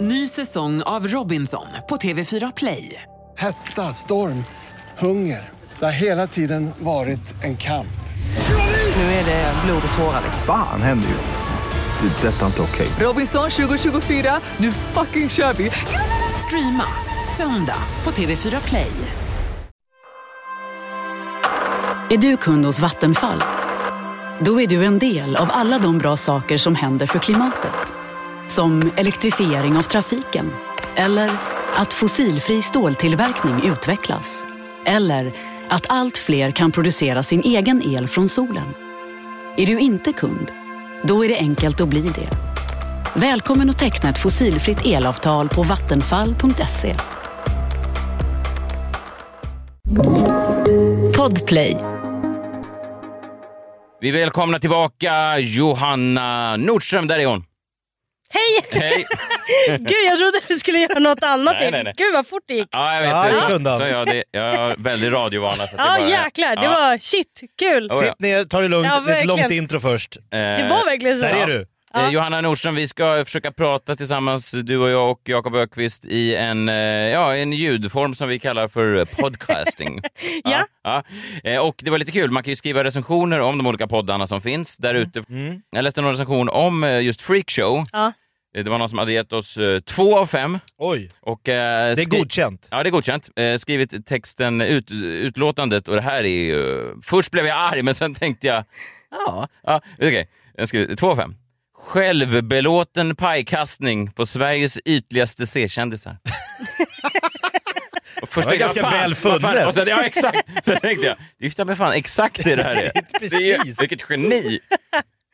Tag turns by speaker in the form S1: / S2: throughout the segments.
S1: Ny säsong av Robinson på TV4 Play.
S2: Hetta, storm, hunger. Det har hela tiden varit en kamp.
S1: Nu är det blod och tårar. liksom.
S3: Fan händer just nu. Det. är Detta är inte okej.
S1: Robinson 2024, nu fucking kör vi! Streama söndag på TV4 Play.
S4: Är du kund hos Vattenfall? Då är du en del av alla de bra saker som händer för klimatet. Som elektrifiering av trafiken. Eller att fossilfri ståltillverkning utvecklas. Eller att allt fler kan producera sin egen el från solen. Är du inte kund? Då är det enkelt att bli det. Välkommen att teckna ett fossilfritt elavtal på vattenfall.se. Podplay.
S5: Vi välkomnar tillbaka Johanna Nordström, där är hon.
S6: Hej!
S5: Hej!
S6: Gud jag trodde du skulle göra något annat.
S5: Nej, nej, nej.
S6: Gud vad fort det gick.
S5: Ja, jag
S7: Ja,
S5: vet
S7: det kunde
S5: det.
S7: han.
S5: Så är jag, det, jag har väldigt radiovana. Så att det
S6: Ja
S5: bara-
S6: jäklar, det
S5: Ja.
S6: var shit, kul.
S5: Oh, ja.
S7: Sitt ner, ta det lugnt.
S6: Ja,
S7: det är ett
S6: verkligen.
S7: långt intro först.
S6: Det var verkligen så.
S7: Där är du.
S6: Ja.
S5: Eh, Johanna Nordström, vi ska försöka prata tillsammans, du och jag och Jakob Ökvist i en, eh, ja, en ljudform som vi kallar för eh, podcasting.
S6: Ja.
S5: ja. Eh, Och det var lite kul, man kan ju skriva recensioner om de olika poddarna som finns där
S7: Mm.
S5: ute. Jag läste en recension om eh, just Freakshow.
S6: Ja.
S5: Eh, Det var någon som hade gett oss eh, två av fem.
S7: Oj,
S5: Och, eh,
S7: det är
S5: skri-
S7: godkänt.
S5: Ja, det är godkänt. Eh, skrivit texten, ut, utlåtandet och det här är ju... Först blev jag arg, men sen tänkte jag... Ja, ja okej. Jag skriver 2 5. Självbelåten pajkastning på Sveriges ytligaste C-kändisar. Och Först
S7: Det var
S5: tänkte jag,
S7: ganska
S5: "Fan,
S7: väl
S5: vad fan?"
S7: funnet.
S5: Och sen, ja, exakt. Sen tänkte jag, det är ju mig fan exakt det där är.
S7: Precis.
S5: Det är ju, vilket geni.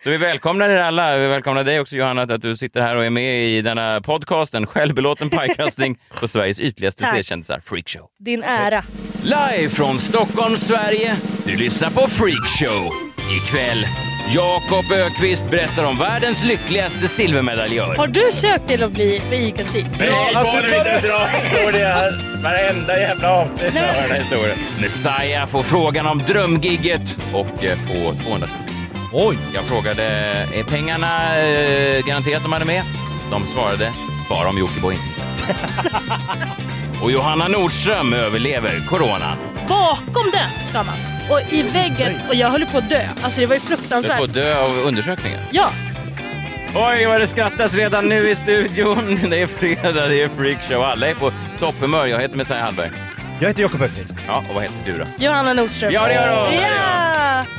S5: Så vi välkomnar er alla. Vi välkomnar dig också Johanna, att du sitter här och är med i denna podcasten Självbelåten pajkastning på Sveriges ytligaste
S6: Tack.
S5: C-kändisar, Freakshow.
S6: Din
S5: Alltså,
S6: ära.
S5: Live från Stockholm, Sverige. Du lyssnar på Freakshow. Ikväll, Jakob Ökvist berättar om världens lyckligaste silvermedaljör.
S6: Har du sökt till att bli veganstil?
S7: Bra att du tar det.
S5: Varenda jävla avsnitt av den här historien. Messiah får frågan om drömgigget och eh, får 200
S7: Oj,
S5: Jag frågade, är pengarna eh, garanterat de hade med? De svarade, bara om Jockiboi inte. Och Johanna Nordström överlever coronan.
S6: Bakom den ska man. Och i väggen. Och jag höll på att dö. Alltså det var ju
S5: Hon är på
S6: fruktansvärt.
S5: att dö av undersökningen.
S6: Ja,
S5: Oj, vad det skrattas redan nu i studion. Det är fredag, det är freakshow. Alla är på topphumör. Jag heter Messiah Hallberg.
S7: jag heter Jakob Öqvist.
S5: Ja, och vad heter du då?
S6: Johanna Nordström.
S5: Ja, det gör hon!
S6: Ja!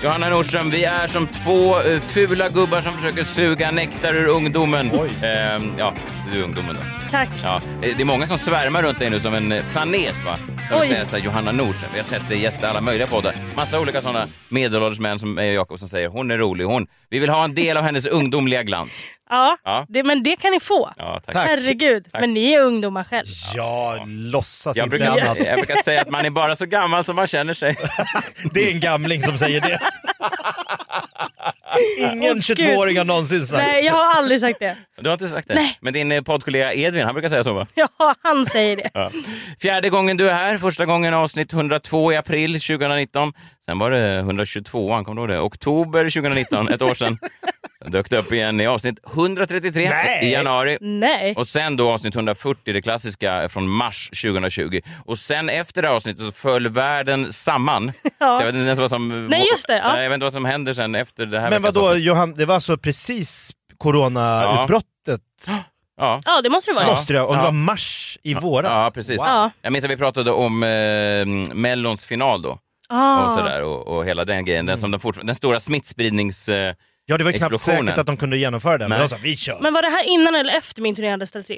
S5: Johanna Nordström, vi är som två eh, fula gubbar som försöker suga nektar ur ungdomen.
S7: Oj.
S5: Ehm, ja, du är ungdomen då.
S6: Tack.
S5: Ja, eh, det är många som svärmar runt dig nu som en eh, planet va? Som
S6: Oj.
S5: säger såhär, Johanna Nordström, vi har sett dig gästa alla möjliga poddar. Massa olika sådana medelålders män som mig och Jakob som säger, hon är rolig, hon. Vi vill ha en del av hennes ungdomliga glans.
S6: Ja,
S5: Ja.
S6: Det, men det kan ni få.
S5: Ja, tack.
S7: Tack.
S6: Herregud. Men ni är ungdomar själv.
S7: Jag låtsas
S5: Jag
S7: inte
S5: brukar,
S7: annat.
S5: jag brukar säga att man är bara så gammal som man känner sig.
S7: Det är en gamling som säger det.
S6: Åh,
S7: Ingen
S6: Gud.
S7: 22-åring har
S5: alltså.
S7: någonsin sagt.
S6: Nej, jag har aldrig sagt det.
S5: Du har inte sagt det?
S6: Nej.
S5: Men din eh, poddkollega Edvin, han brukar säga så va?
S6: Ja, han säger det.
S5: Ja. Fjärde gången du är här, första gången avsnitt 102 i april 2019. Sen var det 122, an, kommer du ihåg det? Oktober 2019, ett år sedan. Sen dök det upp igen i avsnitt 133
S7: Nej.
S5: i januari.
S6: Nej.
S5: Och sen då avsnitt 140, det klassiska eh, från mars 2020. Och sen efter det här avsnittet så föll världen samman.
S6: Ja.
S5: Så jag vet inte ens vad som...
S6: Nej, just det, ja.
S5: Nej, Jag vet inte vad som händer sen efter det här
S7: Men
S5: veckans
S7: vadå
S5: avsnitt.
S7: Johan, det var alltså precis coronautbrottet?
S5: Ja.
S6: Ja, det måste det vara.
S7: Måste det, och det
S5: Ja.
S7: var mars i våras?
S5: Ja, precis.
S7: Wow.
S6: Ja.
S5: Jag minns att vi pratade om eh, Mellons final då.
S6: Ah.
S5: och sådär och, och hela den grejen. Den, som de fortfar- den stora smittspridnings... Eh,
S7: Ja, det var ju knappt
S5: Explosionen.
S7: säkert att de kunde genomföra den, men
S5: Nej.
S7: de sa vi kör.
S6: Men var det här innan eller efter min turné hade ställts in?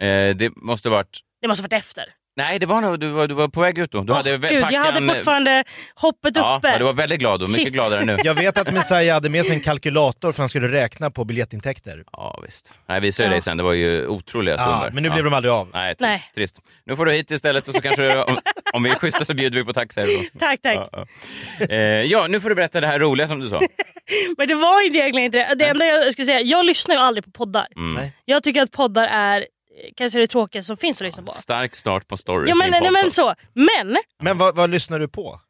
S5: eh, det måste varit...
S6: Det måste ha varit efter.
S5: Nej, det var nog... Du var, du var på väg ut då. Du
S6: Åh,
S5: hade vä-
S6: Gud, jag
S5: packan-
S6: hade fortfarande hoppet
S5: ja,
S6: uppe.
S5: ja, du var väldigt glad då. Mycket
S6: Shit.
S5: gladare nu.
S7: Jag vet att Messiah hade med sig en kalkylator för han skulle räkna på biljettintäkter.
S5: Ja, visst. Nej, vi ser
S6: Ja.
S5: dig sen. Det var ju otroliga
S7: Ja,
S5: stunder.
S7: men nu blev
S5: ja.
S7: de aldrig av.
S5: Nej, trist,
S6: Nej.
S5: trist. Nu får du hit istället och så kanske... om, om vi är schyssta så bjuder vi på taxi här då.
S6: Tack, tack.
S5: Ja, ja. Eh, ja, nu får du berätta det här roliga som du sa. Mm.
S6: Men det var ju egentligen inte det. Det enda jag skulle säga, jag lyssnar ju aldrig på poddar.
S5: Mm.
S6: Jag tycker att poddar är eh, kanske det tråkigaste som finns att lyssna på.
S5: Stark start på story.
S6: Ja, men,
S5: Din
S6: nej, men
S5: podcast.
S6: så. Men
S7: Men vad, vad lyssnar du på?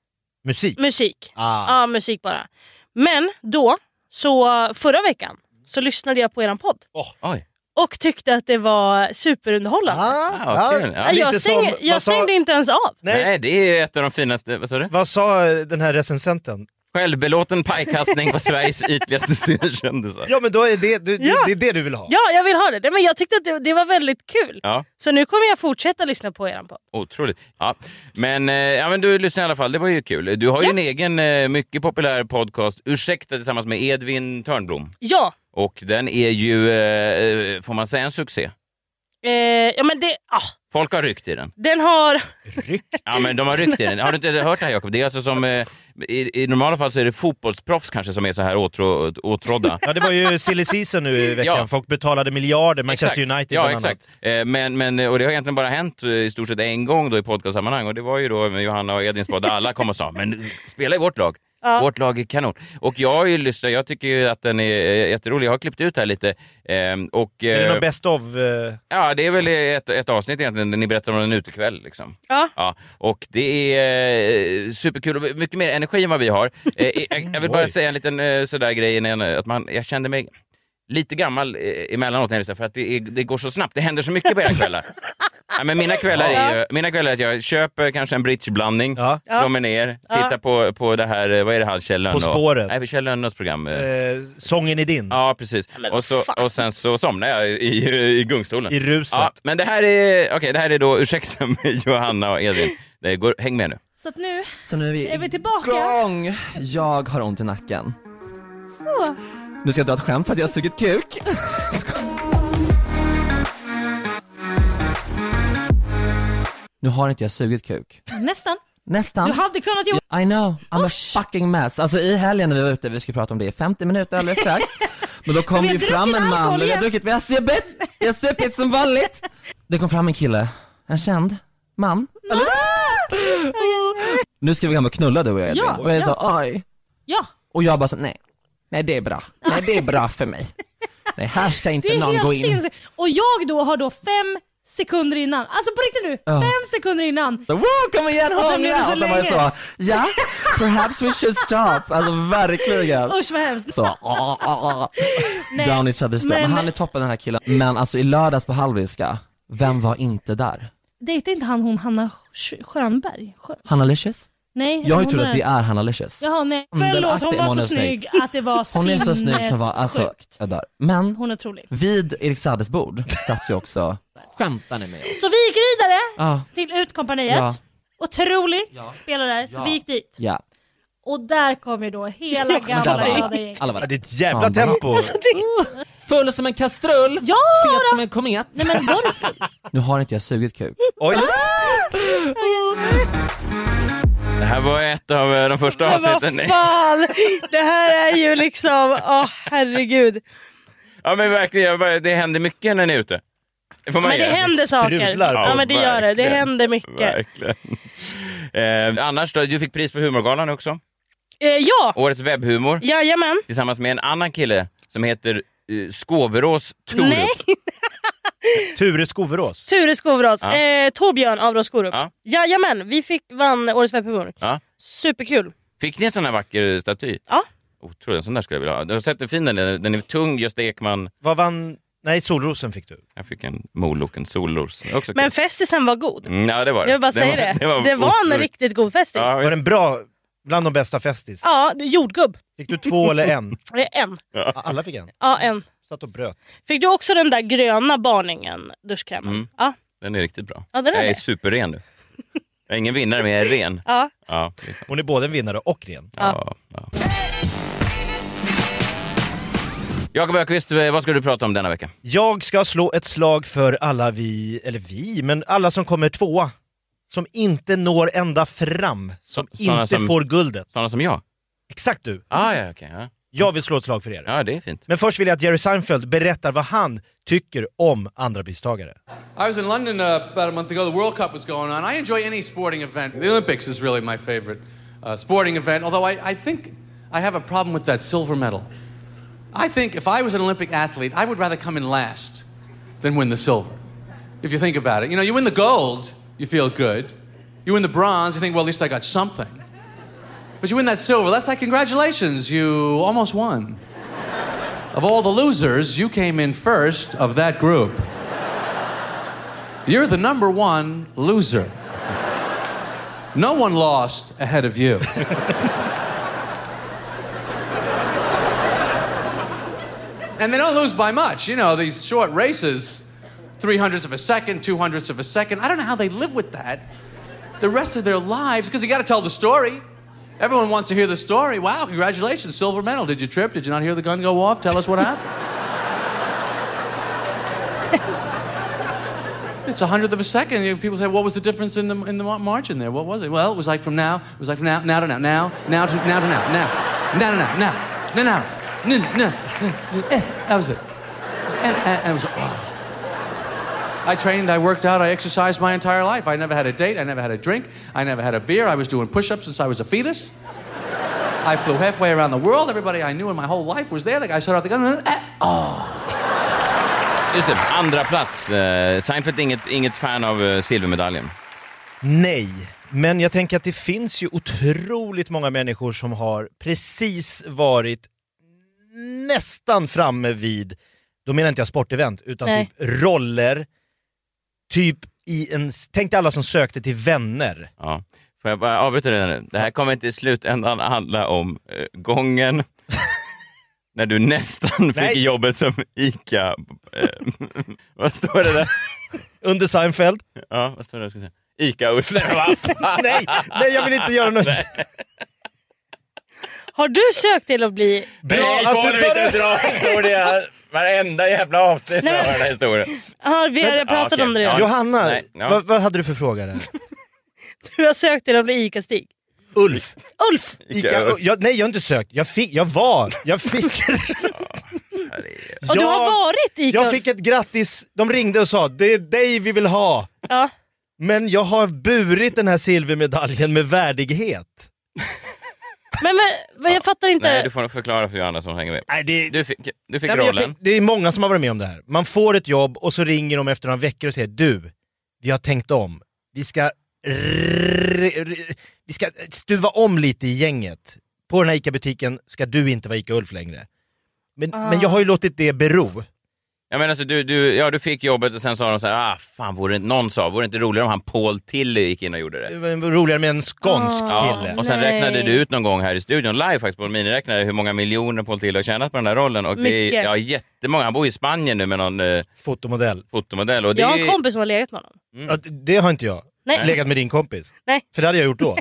S7: Musik?
S6: musik.
S7: Ah.
S6: Ja, musik bara. Men då, så förra veckan, så lyssnade jag på eran podd.
S5: Oj.
S6: och tyckte att det var superunderhållande.
S5: Ah, kul. Ja,
S6: jag
S7: lite
S6: stängde,
S7: som-
S6: jag
S7: vad sa-
S6: stängde inte ens av.
S7: Nej.
S5: Nej, det är ett av de finaste, vad sa du?
S7: Vad sa eh, den här recensenten?
S5: Självbelåten pajkastning på Sveriges ytligaste kändisar.
S7: Ja men då är det, du,
S6: Ja.
S7: det är det du vill ha.
S6: Ja, jag vill ha det. Nej, Men jag tyckte att det, det var väldigt kul.
S5: Ja,
S6: Så nu kommer jag fortsätta lyssna på eran podd.
S5: otroligt. Ja. Men, eh, ja, men du lyssnar i alla fall, det var ju kul. Du har ju en egen eh, mycket populär podcast, Ursäkta, tillsammans med Edvin Törnblom.
S6: Ja,
S5: Och den är ju, eh, får man säga en succé?
S6: eh, ja men det, ah,
S5: Folk har ryckt i den.
S6: den har...
S5: Ja, men de har ryckt i den. Har du inte hört det här Jakob? Det är alltså som, eh, i, i normala fall så är det fotbollsproffs kanske som är så här åtrå, åtrådda.
S7: Ja, det var ju silly season nu i veckan.
S5: Ja.
S7: Folk betalade miljarder, Manchester
S5: Exakt.
S7: United
S5: Ja,
S7: bland
S5: exakt.
S7: annat.
S5: Eh, Men, men, och det har egentligen bara hänt eh, i stort sett en gång då i podcastsammanhang och det var ju då med Johanna och Edvins podd. Alla kom och sa men eh, spela i vårt lag. Vårt lag är kanon. Och jag har ju lyssnat, jag tycker ju att den är eh, jätterolig. Jag har klippt ut här lite. Eh, och,
S7: Är det
S5: eh,
S7: någon best of? eh,
S5: ja, det är väl ett, ett avsnitt egentligen där ni berättar om en utekväll. Liksom.
S6: Ja.
S5: Ja, och det är eh, superkul och mycket mer energi än vad vi har. Eh, jag, jag vill bara
S7: Oj.
S5: säga en liten eh, sådär grej innan, eh, att man, jag kände mig lite gammal eh, emellanåt när jag lyssnar, för att det, är, det går så snabbt. Det händer så mycket på era kvällar. Ja, men mina, kvällar är ju, mina kvällar är att jag köper kanske en bridgeblandning,
S7: Ja.
S5: slår mig ner, tittar på, på det här, eh, vad är det här, Kjell Lönnå?
S7: På spåret.
S5: Nej, Kjell Lönnås program. eh.
S7: Eh, sången är din.
S5: Ja, precis. och, så, och sen så somnar jag i, i gungstolen.
S7: I ruset.
S5: Ja, men det här är, okej det här är då, ursäkta mig Johanna och Edvin, det går, häng med nu.
S6: Så att nu
S8: Så nu är vi
S6: är vi tillbaka.
S8: igång! Jag har ont i nacken. Nu ska jag dra ett skämt för att jag har sugit kuk. nu har inte jag sugit kuk.
S6: Nästan.
S8: Nästan.
S6: Du hade kunnat göra...
S8: I know, I'm a
S6: Usch.
S8: fucking mess. Alltså i helgen när vi var ute, vi skulle prata om det i 50 minuter alldeles strax. Men då kom
S6: vi
S8: det
S6: har
S8: ju fram
S6: druckit
S8: en man,
S6: alkohol
S8: vi har
S6: igen.
S8: druckit, vi har supit, vi har supit som vanligt. Det kom fram en kille, en känd man.
S6: Ah!
S8: Eller- Nu ska vi hem och knulla du och jag Edvin.
S6: Ja,
S8: och jag
S6: ja.
S8: sa oj.
S6: Ja,
S8: Och jag bara så, nej, nej det är bra, nej det är bra för mig. Nej här ska
S6: det
S8: inte
S6: är
S8: någon gå
S6: helt
S8: in.
S6: sinnes... Och jag då har då fem sekunder innan, alltså på riktigt nu,
S8: Ja.
S6: fem sekunder innan.
S8: Så, wow, kom igen
S6: Och sen
S8: hångla!
S6: blev det så
S8: Och sen var jag
S6: länge.
S8: så, ja, perhaps we should stop. Alltså verkligen.
S6: Usch vad hemskt.
S8: Så, ah, ah, ah.
S6: Nej,
S8: down each other's men...
S6: men-
S8: men han är toppen den här killen. Men alltså i lördags på Hallwylska, vem var inte där?
S6: Dejtar inte han hon Hanna Sch- Schönberg? Schö...
S8: Hanna Licious?
S6: Nej,
S8: Jag har ju
S6: hon
S8: trott att det
S6: är...
S8: är Hanna Licious.
S6: Jaha, nej.
S8: Mm,
S6: Förlåt,
S8: delaktig,
S6: hon var
S8: men
S6: så
S8: hon är snygg.
S6: snygg att det var
S8: Hon är så snygg som var, alltså,
S6: sinnessjukt.
S8: jag dör. Men
S6: Hon är otrolig.
S8: vid Erik Saades bord satt ju också... Skämtar ni med oss?
S6: Så vi gick vidare
S8: Ja,
S6: till Utkompaniet.
S8: ja,
S6: Otrolig spelare där, så
S8: Ja.
S6: vi gick dit.
S8: ja.
S6: Och där kom ju då hela
S8: Men där var
S6: gamla glada
S8: alla,
S6: gäng.
S8: alla var
S7: Ja, det är
S8: där.
S7: ett jävla
S8: Fan, vad-
S7: tempo.
S5: alltså,
S8: Full som en kastrull,
S6: Ja,
S8: fet som en komet.
S6: Nej men varför?
S8: Nu har inte jag sugit kuk.
S7: Oj.
S5: Det här var ett av eh, de första
S6: Men vad
S5: avsnitten.
S6: fan! Det här är ju liksom, åh herregud.
S5: Ja men verkligen, jag bara, det händer mycket när ni är ute. Det får man
S6: Men det
S5: ge.
S6: händer saker.
S7: sprudlar
S6: Ja
S5: av,
S6: men det gör det, det
S5: verkligen.
S6: händer mycket.
S5: Verkligen. Eh, annars då, du fick pris på Humorgalan också.
S6: Eh, ja,
S5: Årets webbhumor
S6: jajamän.
S5: tillsammans med en annan kille som heter eh, Skåverås Torup.
S6: Nej,
S7: Ture Skoverås.
S6: Ture Skovrås.
S5: Ja.
S6: Eh, Torbjörn Avrås Skorup.
S5: Ja.
S6: Jajamän, vi fick, vann Årets webbhumor.
S5: Ja.
S6: Superkul.
S5: Fick ni en sån här vacker staty?
S6: Ja.
S5: Otroligt, en sån där skulle jag vilja ha. Du har sett hur fin den är? Den är tung, Gösta Ekman.
S7: Vad vann... Nej, Solrosen fick du.
S5: Jag fick en Molok, en Solros. Det är Också
S6: Men
S5: kul.
S6: festisen var god.
S5: Mm, ja, det var det.
S6: Jag vill bara säga
S5: var-
S6: det. Det var, en
S5: otroligt-
S6: riktigt god festis.
S5: Ja,
S6: Ja,
S7: Var den bra? Bland de bästa Festis?
S6: det är jordgubb.
S7: Fick du två eller en?
S6: Det är Eh, en.
S7: Ja, Alla fick en.
S6: Ja, en.
S7: Satt och bröt.
S6: Fick du också den där gröna barningen, duschkrämen?
S5: Mm.
S6: Ja.
S5: den är riktigt bra.
S6: Ja, den är
S5: jag är
S6: det.
S5: superren nu. Jag är ingen vinnare, men jag är ren.
S6: Ja.
S5: Ja,
S7: Hon är både en vinnare och ren.
S5: ja. ja. Jakob Öqvist, vad ska du prata om denna vecka?
S7: Jag ska slå ett slag för alla vi, eller vi, men alla som kommer tvåa. Som inte når ända fram. Som
S5: Så- såna
S7: inte
S5: som-
S7: får guldet.
S5: Sådana som jag?
S7: Exakt du.
S5: Ah, ja, okej. ja.
S7: Jag vill slå ett slag för er.
S5: ja, det är fint.
S7: Men först vill jag att Jerry Seinfeld berättar vad han tycker om andrapristagare.
S9: I was in London uh, about a month ago. The World Cup was going on. I enjoy any sporting event. The Olympics is really my favorite uh, sporting event, although I, I think I have a problem with that silver medal. I think if I was an Olympic athlete, I would rather come in last than win the silver, if you think about it. You know, you win the gold, you feel good. You win the bronze, you think, well, at least I got something. But you win that silver, that's like, congratulations, you almost won. Of all the losers, you came in first of that group. You're the number one loser. No one lost ahead of you. and they don't lose by much. You know, these short races, three hundredths of a second, two hundredths of a second. I don't know how they live with that the rest of their lives because you got to tell the story. Everyone wants to hear the story. Wow, congratulations, silver medal. Did you trip? Did you not hear the gun go off? Tell us what happened. it's a hundredth of a second. You know, People say, what was the difference in the, in the mar- margin there? What was it? Well, it was like from now, it was like from now, now to now, now, now to now to now, now, now to now, now, now, now. No, no, no. Eh, That was it. It was, eh, eh, eh, it was, oh. I trained, I worked out, I exercised my entire life. I never had a date, I never had a drink, I never had a beer. I was doing push ups since I was a fetus. I flew halfway around the world. Everybody I knew in my whole life was there. The guy shot out the gun. eh,
S5: Just det, andra plats. Eh, Seinfeld är inget, inget fan av eh, silvermedaljen.
S7: Nej, men jag tänker att det finns ju otroligt många människor som har precis varit nästan framme vid, då menar inte jag sportevent, utan
S6: Nej.
S7: typ roller, typ i en, tänk dig alla som sökte till vänner.
S5: Ja. Får jag bara avbryta det nu? Det här kommer inte i slutändan handla om eh, gången när du nästan fick
S7: Nej.
S5: jobbet som ICA... Eh, vad står det där?
S7: Under Seinfeld.
S5: Ja, vad står det? där? Jag ska se. ICA-Ulf. Nej, vad fan.
S7: Nej, nej jag vill inte göra något.
S6: Har du sökt till att bli...
S7: Bra att du tar det.
S5: dra historia. Varenda jävla avsnitt
S6: Nej, men-
S5: har den här historien.
S6: Ja, vi har
S5: Vänta,
S6: pratat
S5: ja, okej.
S6: om det
S5: Ja.
S6: redan.
S7: Johanna,
S5: Nej, ja.
S7: vad, vad hade du för fråga där?
S6: Du har sökt till att bli ICA-Stig.
S7: Ulf.
S6: Ulf!
S7: Ica, jag, nej jag har inte sökt, jag fick, jag var, jag fick.
S6: Och du har varit ICA
S7: Jag fick ett grattis, de ringde och sa det är dig vi vill ha.
S6: Ja.
S7: Men jag har burit den här silvermedaljen med värdighet.
S6: Men, men, men jag fattar inte.
S5: Nej, du får nog förklara för Johanna som hänger med.
S7: Nej, det,
S5: Du fick, du fick
S7: Nej, men jag
S5: rollen.
S7: tänk, det är många som har varit med om det här. Man får ett jobb och så ringer de efter några veckor och säger du, vi har tänkt om. Vi ska, rrr- rrr- vi ska stuva om lite i gänget. På den här ICA-butiken ska du inte vara ICA-Ulf längre. Men, men jag har ju låtit det bero.
S5: Jag menar, alltså, du, du, ja, du fick jobbet och sen sa de så här, ah, fan, vore det, någon sa, vore det inte roligare om han Paul Tilly gick in och gjorde det?
S7: Det var roligare med en skånsk
S5: Ah. Ja,
S7: kille.
S5: och sen
S6: Nej.
S5: räknade du ut någon gång här i studion, live faktiskt, på en miniräknare, hur många miljoner Paul Tilly har tjänat på den här rollen. Och det är
S6: Mycket.
S5: ja, jättemånga. Han bor i Spanien nu med någon eh,
S7: Fotomodell.
S5: fotomodell. Och det
S6: Jag har
S5: är-
S6: en kompis som har legat med honom.
S5: Mm.
S7: Ja, det- det har inte jag.
S6: Nej.
S7: Legat med din kompis.
S6: Nej.
S7: För det hade jag gjort då.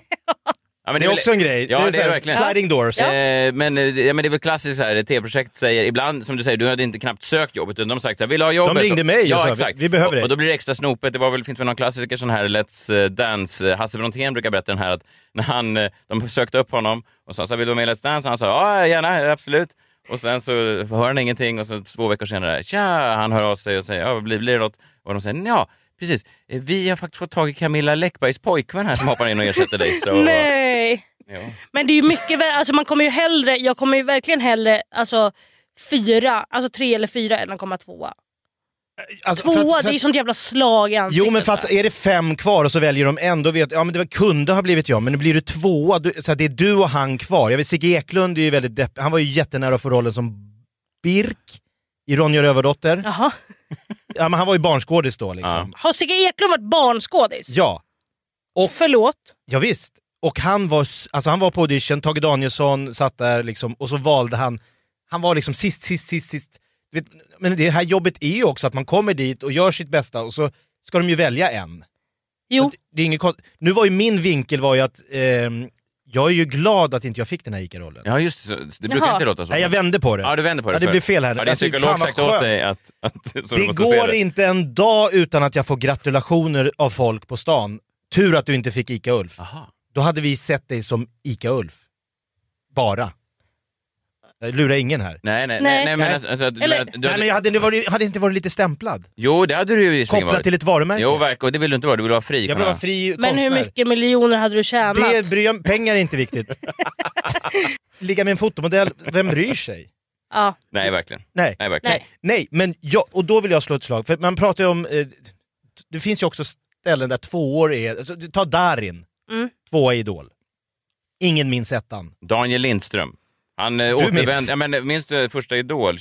S5: ja, men
S7: Det är
S5: väl-
S7: också en grej.
S5: Ja, det är,
S7: så här,
S5: verkligen.
S7: Sliding doors.
S5: Eh, men, eh, ja, men det är väl klassiskt så här, ett tv-projekt säger ibland, som du säger, du hade inte knappt sökt jobbet utan de har sagt så här, vill du ha jobbet?
S7: De ringde mig och
S5: ja,
S7: sa,
S5: exakt.
S7: "Vi- vi behöver dig."
S5: Och, och då blir det extra snopet. Det var väl, finns väl någon klassiker sån här Let's eh, Dance, eh, Hasse Brontén brukar berätta den här att när han, eh, de sökte upp honom och sa så här, vill du vara med i Let's Dance? Och han sa, ja gärna, absolut. Och sen så hör han ingenting och så två veckor senare, tja, han hör av sig och säger, ja, blir, blir det något? Och de säger, ja, precis. Eh, Vi har faktiskt fått tag i Camilla Läckbergs pojkvän här som hoppar in och ersätter dig. Så,
S6: Nej.
S5: Ja.
S6: Men det är ju mycket vä- alltså man kommer ju hellre, jag kommer ju verkligen hellre alltså, fyra, alltså tre eller fyra än att komma tvåa.
S7: Alltså, för
S6: Tvåa,
S7: att- för att-
S6: det är ju sånt jävla slag i ansiktet.
S7: Jo men fast är det fem kvar och så väljer de en, då vet jag, ja men det var, kunde ha blivit jag, men nu blir du tvåa, du, så här, det är du och han kvar. Jag vet Sigge Eklund är ju väldigt depp, han var ju jättenära att få rollen som Birk i Ronja Rövardotter. Ja.
S6: Jaha.
S7: men han var ju barnskådis då liksom. Ja.
S6: Har Sigge Eklund varit barnskådis?
S7: ja.
S6: Och Förlåt.
S7: visst. Och han var, s- alltså, han var på audition, Tage Danielsson satt där liksom, och så valde han, han var liksom sist, sist, sist, sist. Du Vet, men det här jobbet är ju också att man kommer dit och gör sitt bästa och så ska de ju välja en.
S6: Jo.
S7: Det- Det är inget konst... Nu var ju min vinkel var ju att ehm, jag är ju glad att inte jag fick den här ICA-rollen.
S5: Ja, just det. så- Det brukar
S6: Jaha.
S5: inte låta så.
S7: Nej, jag vände på det.
S5: Ja, du vänder på det.
S7: Ja, det
S5: för-
S7: blev fel här.
S5: Ja, din
S7: Alltså,
S5: psykolog
S7: fan, vad
S5: sagt åt
S7: skönt.
S5: dig att... att så du
S7: det
S5: måste se
S7: går inte en dag utan att jag får gratulationer av folk på stan. Tur att du inte fick ICA-Ulf.
S5: Aha.
S7: Då hade vi sett dig som ICA-Ulf. Bara. Jag lurar ingen här.
S5: Nej, nej, nej,
S6: Nej.
S5: nej, men alltså, alltså, att du,
S6: Eller-
S5: att du,
S7: Nej, men jag hade, det varit, hade inte varit lite stämplad.
S5: Jo, det hade du ju visserligen
S7: Kopplat
S5: varit.
S7: till ett varumärke.
S5: Jo, verkligen. Och det vill du inte vara. Du vill vara fri.
S7: jag
S5: kan
S7: vill vara
S5: man-
S7: fri
S6: Men hur
S7: konstnär.
S6: mycket miljoner hade du tjänat?
S7: Det bryr jag, pengar är inte viktigt. Ligga med en fotomodell, vem bryr sig?
S6: Ja.
S5: Nej, verkligen.
S7: Nej.
S5: Nej, verkligen.
S6: Nej.
S7: Nej, men jag, och då vill jag slå ett slag, för man pratar ju om, eh, det finns ju också ställen där tvåor är, alltså, ta Darin,
S6: Mm.
S7: tvåa i Idol. Ingen minns ettan.
S5: Daniel Lindström. Han eh, återvände,
S7: minns.
S5: ja, men, minns du första Idol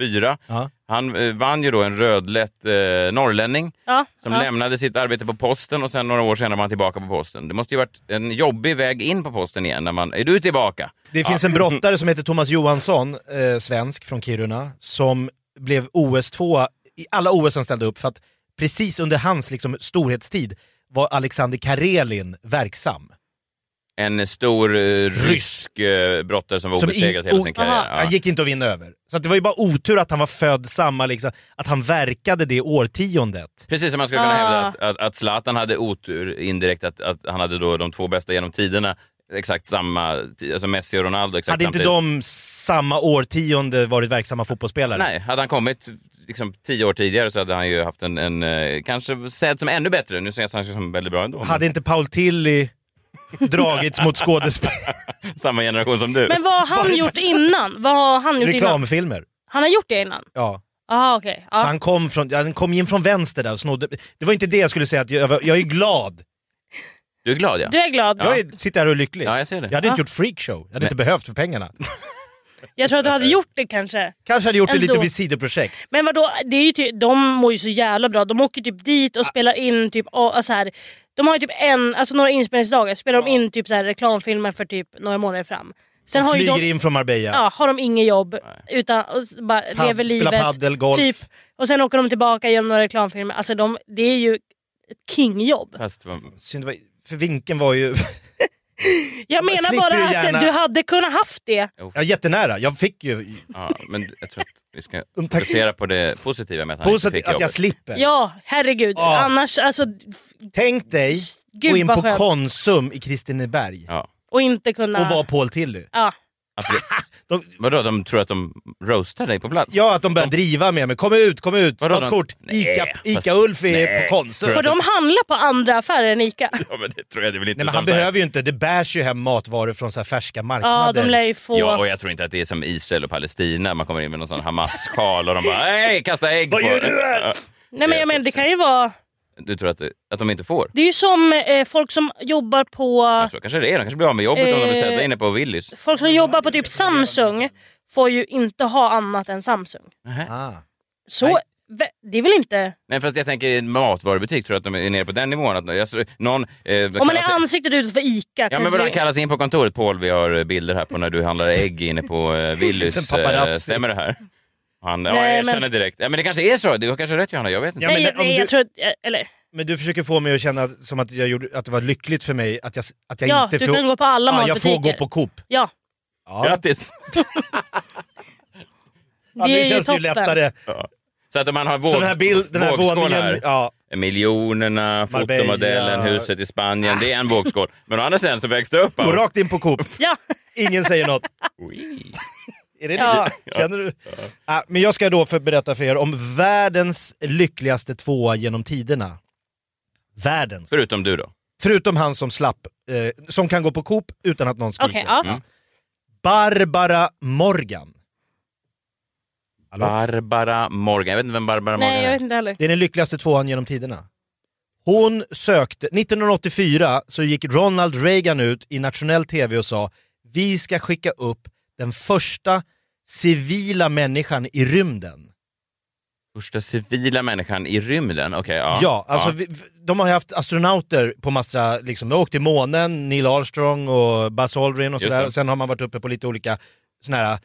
S5: 2004?
S7: Ja.
S5: Han eh, vann ju då en rödlätt eh, norrlänning
S6: Ja,
S5: som
S6: ja.
S5: lämnade sitt arbete på posten och sen några år senare var han tillbaka på posten. Det måste ju varit en jobbig väg in på posten igen när man, är du tillbaka?
S7: Det finns en brottare som heter Thomas Johansson, eh, svensk från Kiruna, som blev OS-2 i alla OS han ställde upp för att precis under hans liksom, storhetstid var Alexander Karelin verksam.
S5: En stor eh, rysk eh, brottare som var
S7: Som
S5: obesegrad
S7: in-
S5: hela sin
S7: o-
S5: karriär.
S7: Han
S5: Ja.
S7: gick inte att vinna över. Så att det var ju bara otur att han var född samma, liksom, att han verkade det årtiondet.
S5: Precis som man skulle kunna
S6: Ah.
S5: hävda att, att, att Zlatan hade otur indirekt, att, att han hade då de två bästa genom tiderna exakt samma, tid, alltså Messi och Ronaldo exakt
S7: Hade inte
S5: samtidigt.
S7: de samma årtionde varit verksamma fotbollsspelare?
S5: Nej, hade han kommit liksom, tio år tidigare så hade han ju haft en, en eh, kanske sedd som ännu bättre. Nu ses han ju som väldigt bra ändå. men
S7: Hade inte Paul Tilly dragits mot skådespel...
S5: Samma generation som du.
S6: Men vad har han gjort innan? Vad har han gjort innan?
S7: reklamfilmer?
S6: Han har gjort det innan?
S7: Ja.
S6: Ah, okej. Ja.
S7: Han kom, från, han kom in från vänster där och snodde. Det var inte det jag skulle säga, att jag, var- jag är glad.
S5: Du är glad ja.
S6: Du är glad.
S7: Jag är, sitter här och är lycklig.
S5: Ja, jag ser det.
S7: hade inte gjort freakshow, jag hade inte behövt för pengarna.
S6: Jag tror att du hade gjort det kanske.
S7: Kanske hade gjort det lite
S6: Ändå.
S7: vid sidoprojekt.
S6: Men vadå, det är ju ty- de mår ju så jävla bra. De åker typ dit och spelar in typ, och, och så här, de har ju typ en, alltså några inspelningsdagar, så spelar de in typ så här reklamfilmer för typ några månader fram. Sen har ju
S7: Flyger
S6: de,
S7: in från Marbella.
S6: ja, har de inget jobb, utan och s- bara lever
S7: spelar
S6: livet.
S7: padel, golf.
S6: Typ, och sen åker de tillbaka genom några reklamfilmer. Alltså de, det är ju ett kingjobb.
S5: Fast, vad-
S7: Synd, det var, för vinkeln var ju...
S6: Jag
S7: Men
S6: menar
S7: slipper ju
S6: bara att
S7: gärna-
S6: du hade kunnat haft det.
S7: Ja, jättenära. Jag fick ju...
S5: ja, men jag tror att vi ska
S7: Mm, tack.
S5: fokusera på det positiva med att han inte
S7: Positivt
S5: fick
S7: att jag
S5: jobbet.
S7: slipper.
S6: Ja, herregud.
S7: Ja.
S6: Annars, alltså,
S7: Tänk dig
S6: Gud,
S7: gå in
S6: vad
S7: på
S6: skönt.
S7: Konsum i Kristineberg
S5: Ja.
S6: och inte kunna...
S7: och vara Paul Tilly.
S6: ja.
S5: Att vi,
S7: De,
S5: vadå, de tror att de roastar dig på plats?
S7: ja, att de börjar driva med mig. Kom ut, kom ut,
S5: Vadå,
S7: ta
S5: de-
S7: ett kort.
S5: Nej,
S7: Ica,
S5: fast-
S7: Ica-Ulf är
S5: Nej.
S7: på Konsum.
S6: Får de handla på andra affärer än ICA?
S5: Ja, men det tror jag. Det är väl inte
S7: Nej, men
S5: som
S7: han
S5: så här-
S7: behöver ju inte, det bärs ju hem matvaror från så här färska marknader.
S6: Ja, de lär ju få...
S5: Ja, och jag tror inte att det är som Israel och Palestina. Man kommer in med någon sån Hamas-sjal och de bara hej, kasta ägg
S7: Vad
S5: på
S7: gör
S5: det."
S7: du här?
S5: Ja.
S6: Nej, men jag menar, det kan ju vara...
S5: Du tror att, det- att de inte får?
S6: Det är ju som eh, folk som jobbar på...
S5: Ja. Så kanske det är. De kanske blir av med jobbet om de blir
S6: Eh.
S5: sedda inne på Willys.
S6: Folk som jobbar på typ Samsung får ju inte ha annat än Samsung.
S7: Ah.
S6: Så... Ve- Det är väl inte...
S5: Nej, fast jag tänker i en matvarubutik, tror jag att de är nere på den nivån? Att någon, alltså, någon, eh,
S6: Om man
S5: kallar
S6: är
S5: sig-
S6: ansiktet utåt för ICA
S5: Ja men
S6: kanske
S5: vadå,
S6: det-
S5: han kallas in på kontoret. Paul, vi har eh, bilder här på när du handlar ägg inne på eh, Willys.
S7: Finns en paparazzi.
S5: Eh, Stämmer det här? Han, ja,
S6: Nej,
S5: jag
S6: men-
S5: känner direkt. Ja, men det kanske är så. Du har kanske rätt Johanna, jag vet inte.
S7: Ja, men
S6: Nej,
S7: om
S6: nej,
S7: du-
S6: jag tror att... eh, Eller
S7: Men du försöker få mig att känna att- som att, jag gjorde, att det var lyckligt för mig att jag, att jag
S6: Ja,
S7: inte
S6: du
S7: får...
S6: kan gå på alla
S7: ja, Jag får gå
S6: matbutiker.
S7: på Coop.
S6: ja,
S5: Grattis!
S7: Ja,
S6: det är
S7: det,
S6: ju
S7: känns ju
S6: toppen.
S7: lättare.
S5: Så att om man har våg,
S7: Så den här, bild, den här
S5: vågskål
S7: våningen...
S5: här.
S7: Ja,
S5: Miljonerna,
S7: Marbella.
S5: fotomodellen, huset i Spanien. Det är en vågskål. Men å andra sidan så vägs det upp.
S7: gå
S5: av-
S7: rakt in på Coop.
S6: ja.
S7: Ingen säger något.
S5: Oj.
S7: Är det
S6: Ja.
S7: lite- Känner du? Ah, men jag ska då för berätta för er om världens lyckligaste tvåa genom tiderna. Världens.
S5: Förutom du då.
S7: Förutom han som slapp, eh, som kan gå på Coop utan att någon skriker.
S6: Okej, ja.
S7: Barbara Morgan. Hallå?
S5: Barbara Morgan. Jag vet inte vem Barbara
S6: Nej,
S5: Morgan
S6: jag
S5: är.
S6: vet inte heller.
S7: Det är den lyckligaste tvåan genom tiderna. Hon sökte, 1984 så gick Ronald Reagan ut i nationell tv och sa vi ska skicka upp den första civila människan i rymden.
S5: Första civila människan i rymden. Okej, ja.
S7: Ja, alltså Vi, de har ju haft astronauter på massa, liksom, de har åkt till månen, Neil Armstrong och Buzz Aldrin och
S5: Just det.
S7: sådär. Och sen har man varit uppe på lite olika sådana här,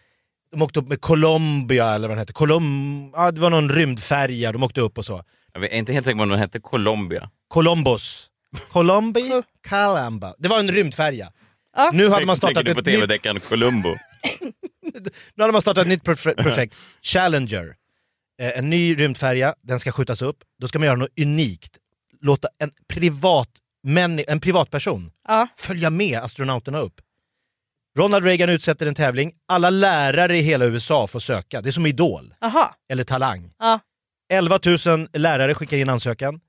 S7: de åkte upp med Columbia eller vad den hette, Colum, ja, det var någon rymdfärja, de åkte upp och så.
S5: Jag är inte helt säker på om den hette Colombia.
S7: Columbus. Colombi, Calamba. Det var en rymdfärja.
S6: Ja.
S7: Nu, hade man startat
S5: Tänker du
S7: ett
S5: på
S7: nytt,
S5: tv-deckaren Columbo?
S7: nu hade man startat ett nytt prof- projekt, Challenger. Eh, en ny rymdfärja, den ska skjutas upp. Då ska man göra något unikt. Låta en, privat männi- en privatperson
S6: Ja.
S7: följa med astronauterna upp. Ronald Reagan utsätter en tävling. Alla lärare i hela USA får söka. Det är som Idol,
S6: Aha.
S7: eller Talang.
S6: Ja.
S7: 11 000 lärare skickar in ansökan.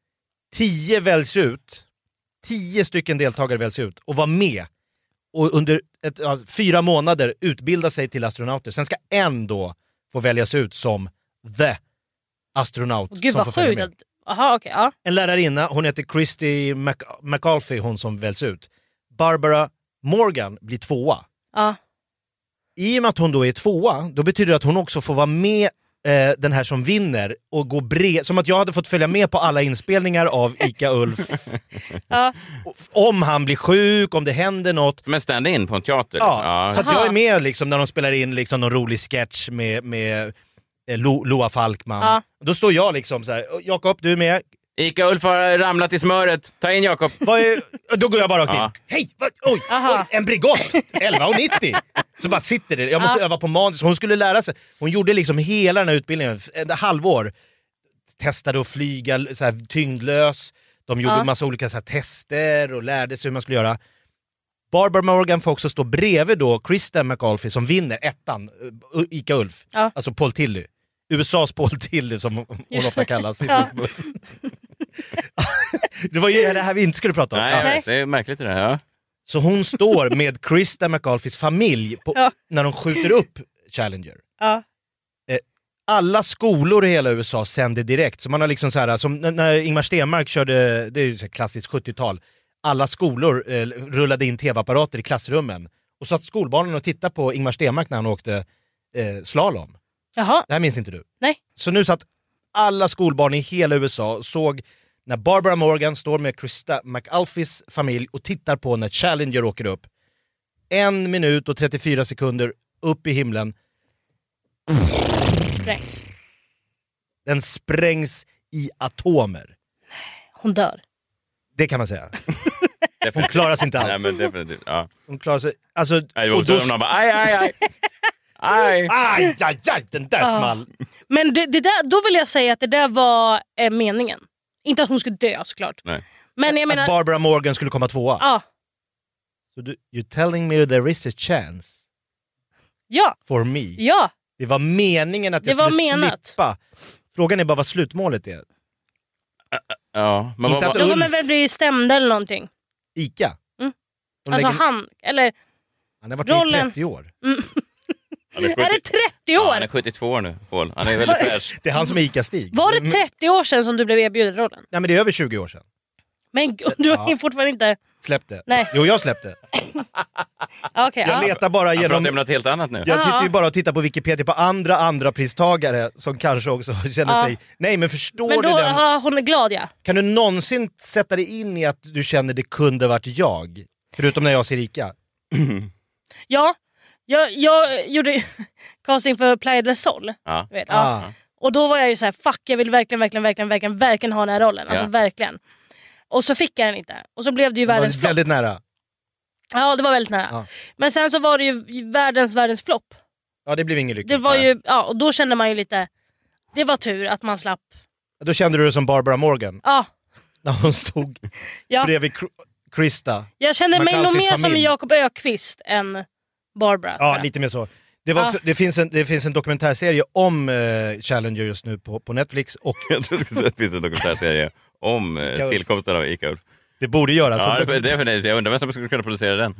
S7: 10 väljs ut. 10 stycken deltagare väljs ut och var med och under ett, ja, fyra månader utbilda sig till astronauter. Sen ska en då få väljas ut som the astronaut.
S6: Gud
S7: som
S6: vad
S7: får följa
S6: sjukt.
S7: med.
S6: att- Aha, okej. ja.
S7: En lärarinna, hon heter Christy Mc- McAuliffe, hon som väljs ut. Barbara Morgan blir tvåa.
S6: Ja.
S7: i och med att hon då är tvåa, då betyder det att hon också får vara med eh, den här som vinner och gå bred. Som att jag hade fått följa med på alla inspelningar av Ika Ulf.
S6: Ja.
S7: Och f- Om han blir sjuk, om det händer något.
S5: Men stand-in på en teater?
S7: Ja, så
S5: liksom.
S7: att jag är med liksom när de spelar in liksom någon rolig sketch med, med eh, Lo, Loa Falkman.
S6: Ja.
S7: Då står jag liksom så här, Jakob du är med.
S5: Ica-Ulf har ramlat i smöret. Ta in Jakob.
S7: Vad är, då går jag bara rakt in.
S5: Ja.
S7: Hej! Vad, oj, oj,
S6: Aha.
S7: en Bregott! 11.90! Så bara sitter det. Jag måste öva på manus. Hon skulle lära sig. Hon gjorde liksom hela den här utbildningen, f- ett halvår. Testade att flyga l- så här, tyngdlös. De gjorde massa olika så här, tester och lärde sig hur man skulle göra. Barbara Morgan får också stå bredvid då Kristen McAuliffe som vinner ettan, eh, U- Ica Ulf.
S6: Ja.
S7: Alltså Paul Tilly. USAs Paul Tilly som hon ofta kallas i
S6: Ja.
S7: fotboll. Det var ju det här vi inte skulle prata om.
S5: Nej,
S7: Ja.
S5: jag vet. det är märkligt det där. Ja.
S7: Så hon står med Krista McAulifes familj på,
S6: Ja.
S7: när de skjuter upp Challenger.
S6: Ja.
S7: Alla skolor i hela USA sänder direkt. Så man har liksom så här, som n- när Ingmar Stenmark körde, det är ju så här klassiskt 70-tal, alla skolor eh, rullade in tv-apparater i klassrummen. Och satt skolbarnen och tittade på Ingmar Stenmark när han åkte eh, slalom.
S6: Jaha,
S7: Det här minns inte du?
S6: nej.
S7: Så nu satt alla skolbarn i hela USA och såg när Barbara Morgan står med Krista McAlphys familj och tittar på när Challenger åker upp. En minut och 34 sekunder upp i himlen.
S6: Sprängs.
S7: Den sprängs i atomer.
S6: Hon dör.
S7: Det kan man säga. Hon klarar sig inte
S5: Nej,
S7: alls.
S5: men definitivt. Ja.
S7: Hon klarar sig... Alltså...
S5: Nej, det var
S7: och då,
S5: otroligt om någon bara aj, aj, aj. aj.
S7: aj, aj, aj, den där small.
S6: Men det, det där, då vill jag säga att det där var eh, meningen. Inte att hon skulle dö såklart.
S5: Nej.
S6: Men jag
S7: Att
S6: menar...
S7: Barbara Morgan skulle komma tvåa.
S6: Ja,
S7: Så du, you're telling me there is a chance
S6: ja,
S7: for me.
S6: ja.
S7: Det var meningen att
S6: Det
S7: jag
S6: var
S7: skulle
S6: menat.
S7: slippa. Frågan är bara vad slutmålet är.
S5: Ja, men vad
S7: Inte att
S5: var...
S6: Då kommer
S7: Ulf.
S6: väl bli stämda eller någonting.
S7: Ica.
S6: Mm.
S7: De
S6: Alltså
S7: lägger-
S6: han, eller
S7: han har varit med i
S6: rollen.
S7: 30 år.
S5: Han är
S6: är
S5: 70
S6: det 30
S5: Ja, han är
S6: år?
S5: 72 år nu, Paul. Han är väldigt fräsch.
S7: Det är han som är Ica-Stig.
S6: Var det
S7: Men-
S6: 30 år sedan som du blev erbjuden rollen?
S7: Nej men det är över 20 år sedan.
S6: Men gud, du har
S7: Ja.
S6: ju fortfarande inte...
S7: Släpp det.
S6: Nej.
S7: Jo jag släppte.
S6: Ja, Okej,
S7: Jag
S6: ja.
S7: letar bara
S5: Han pratar om
S7: genom...
S5: något helt annat nu.
S7: Jag
S6: Ja.
S7: tittar ju bara och tittar på Wikipedia på andra andra pristagare som kanske också känner
S6: Ja.
S7: sig... Nej men förstår
S6: Men
S7: du
S6: då
S7: den?
S6: ja, hon är glad ja.
S7: Kan du någonsin sätta dig in i att du känner det kunde varit jag? Förutom när jag ser Ica.
S6: Ja, jag, jag gjorde casting för Playa del Sol.
S5: Ja.
S6: Du vet, ja.
S7: Ah.
S6: Och då var jag ju så här: fuck jag vill verkligen, verkligen, verkligen, verkligen, verkligen ha den här rollen. Alltså
S5: Ja.
S6: verkligen. Och så fick jag den inte. Och så blev det ju
S7: Det
S6: världens
S7: var
S6: flopp.
S7: väldigt nära.
S6: Ja det var väldigt nära.
S7: Ja.
S6: Men sen så var det ju världens, världens flopp.
S7: Ja det blev ingen lycka.
S6: Det var ju, ja och då kände man ju lite, det var tur att man slapp.
S7: Då kände du dig som Barbara Morgan
S6: Ja,
S7: när hon stod
S6: ja.
S7: bredvid Kr- Krista.
S6: Jag kände mig nog
S7: McAulifes
S6: mer som
S7: familj.
S6: Jakob Ökvist än Barbara. tror
S7: Ja,
S6: jag.
S7: lite mer så. Det, var
S6: Ja.
S7: också, det, finns en, det finns en dokumentärserie om eh, Challenger just nu på, på Netflix och
S5: Jag tror du skulle säga att det finns en dokumentärserie om eh,
S7: Ica-Ulf.
S5: tillkomsten av Ica-Ulf.
S7: det borde göras.
S5: Ja, det- definitivt. Jag undrar vem som skulle kunna producera den.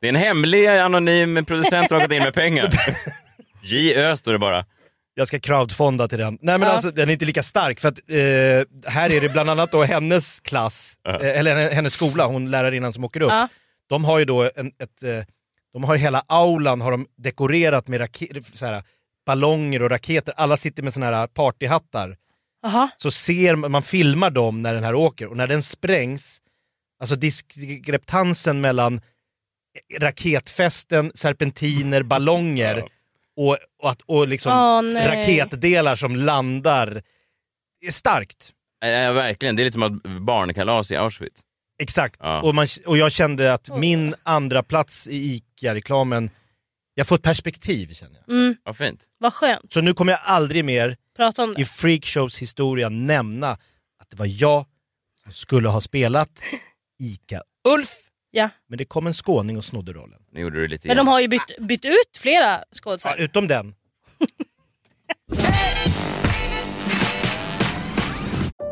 S5: Det är en hemlig anonym producent som har gått in med pengar. J.Ö. står det bara.
S7: Jag ska crowdfonda till den. Nej men
S6: Ja.
S7: alltså den är inte lika stark för att eh, här är det bland annat då hennes klass, eh, eller henne- hennes skola, hon lärarinnan som åker upp.
S6: Ja.
S7: De har ju då en, ett, eh, de har hela aulan har de dekorerat med rake- så här, ballonger och raketer. Alla sitter med såna här partyhattar.
S6: Jaha.
S7: så ser man, man filmar dem när den här åker och när den sprängs, alltså diskreptansen mellan raketfästen, serpentiner, ballonger och, och, att, och liksom
S6: Åh, nej.
S7: raketdelar som landar är starkt.
S5: Ja, ja, verkligen. Det är lite som att barnkalas i Auschwitz.
S7: Exakt.
S5: Ja.
S7: Och, man, och jag kände att min andra plats i ICA-reklamen, jag får ett perspektiv känner jag.
S5: Vad fint.
S6: Vad skönt.
S7: Så nu kommer jag aldrig mer
S6: Prata om det.
S7: i freakshows historia nämna att det var jag som skulle ha spelat ICA-Ulf
S6: Ja.
S7: Men det kom en skåning och snodde rollen.
S5: Nu gjorde du lite
S6: Men
S5: igen.
S6: de har ju bytt, bytt ut flera
S7: Ja,
S6: skådisar.
S7: utom den.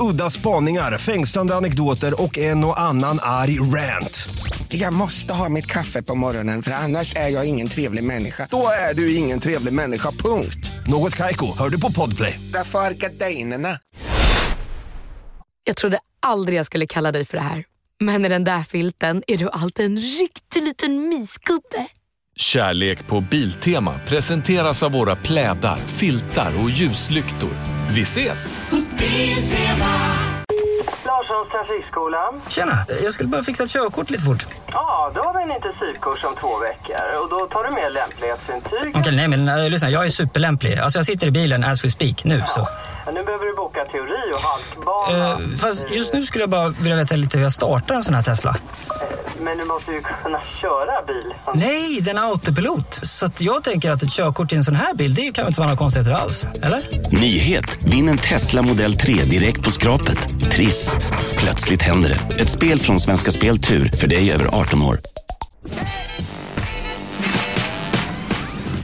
S10: Udda spaningar, fängslande anekdoter och en och annan arg rant.
S11: Jag måste ha mitt kaffe på morgonen för annars är jag ingen trevlig människa.
S12: Då är du ingen trevlig människa, punkt.
S10: Något Kaiko, hör du på Podplay.
S11: Därför är gardinerna.
S13: Jag trodde aldrig jag skulle kalla dig för det här. Men i den där filten är du alltid en riktig liten mysgubbe.
S14: Kärlek på Biltema presenteras av våra plädar, filtar och ljuslyktor. Vi ses!
S15: Larssons trafikskolan.
S8: Tjena, jag skulle bara fixa ett körkort lite fort.
S15: Ja, då har vi en intensivkurs om två veckor och då tar du med lämplighetsintyg.
S8: Okej, nej men eh, lyssna, jag är superlämplig. Alltså jag sitter i bilen as we speak nu så.
S15: Ja, Nu behöver du boka teori och halkbana.
S8: Eh, fast just nu skulle jag bara vilja veta lite hur jag startar en sån här Tesla.
S15: Men du måste ju kunna köra bil.
S8: Nej, den är autopilot. Så att jag tänker att ett körkort i en sån här bil, det kan väl inte vara några konstigheter alls? Eller?
S16: Nyhet! Vinn en Tesla modell 3 direkt på skrapet. Triss. Plötsligt händer det. Ett spel från Svenska Spel Tur för dig över 18 år.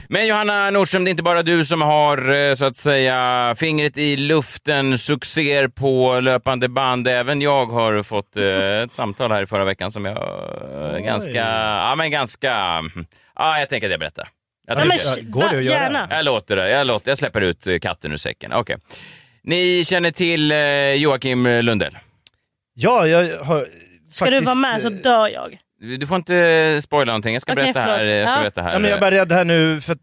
S5: Men Johanna Nordström, det är inte bara du som har eh, så att säga fingret i luften, succéer på löpande band. Även jag har fått eh, ett samtal här i förra veckan som jag eh, ganska, ja men ganska, ja jag tänker att jag berättar. Jag
S6: Ja, men
S5: tänker-
S6: sh- Går det att göra? gärna.
S5: Jag låter det, jag, låter, jag släpper ut eh, katten ur säcken. Okej. Ni känner till eh, Joakim Lundell?
S7: Ja, jag har
S6: Ska du vara med så
S7: eh,
S6: dör jag.
S5: Du får inte spoila någonting, jag ska
S6: Okej,
S5: berätta här.
S6: förlåt.
S5: Jag ska
S6: Ja.
S5: berätta här.
S7: eh,
S5: eh,
S7: Ja, men jag är bara rädd här nu för att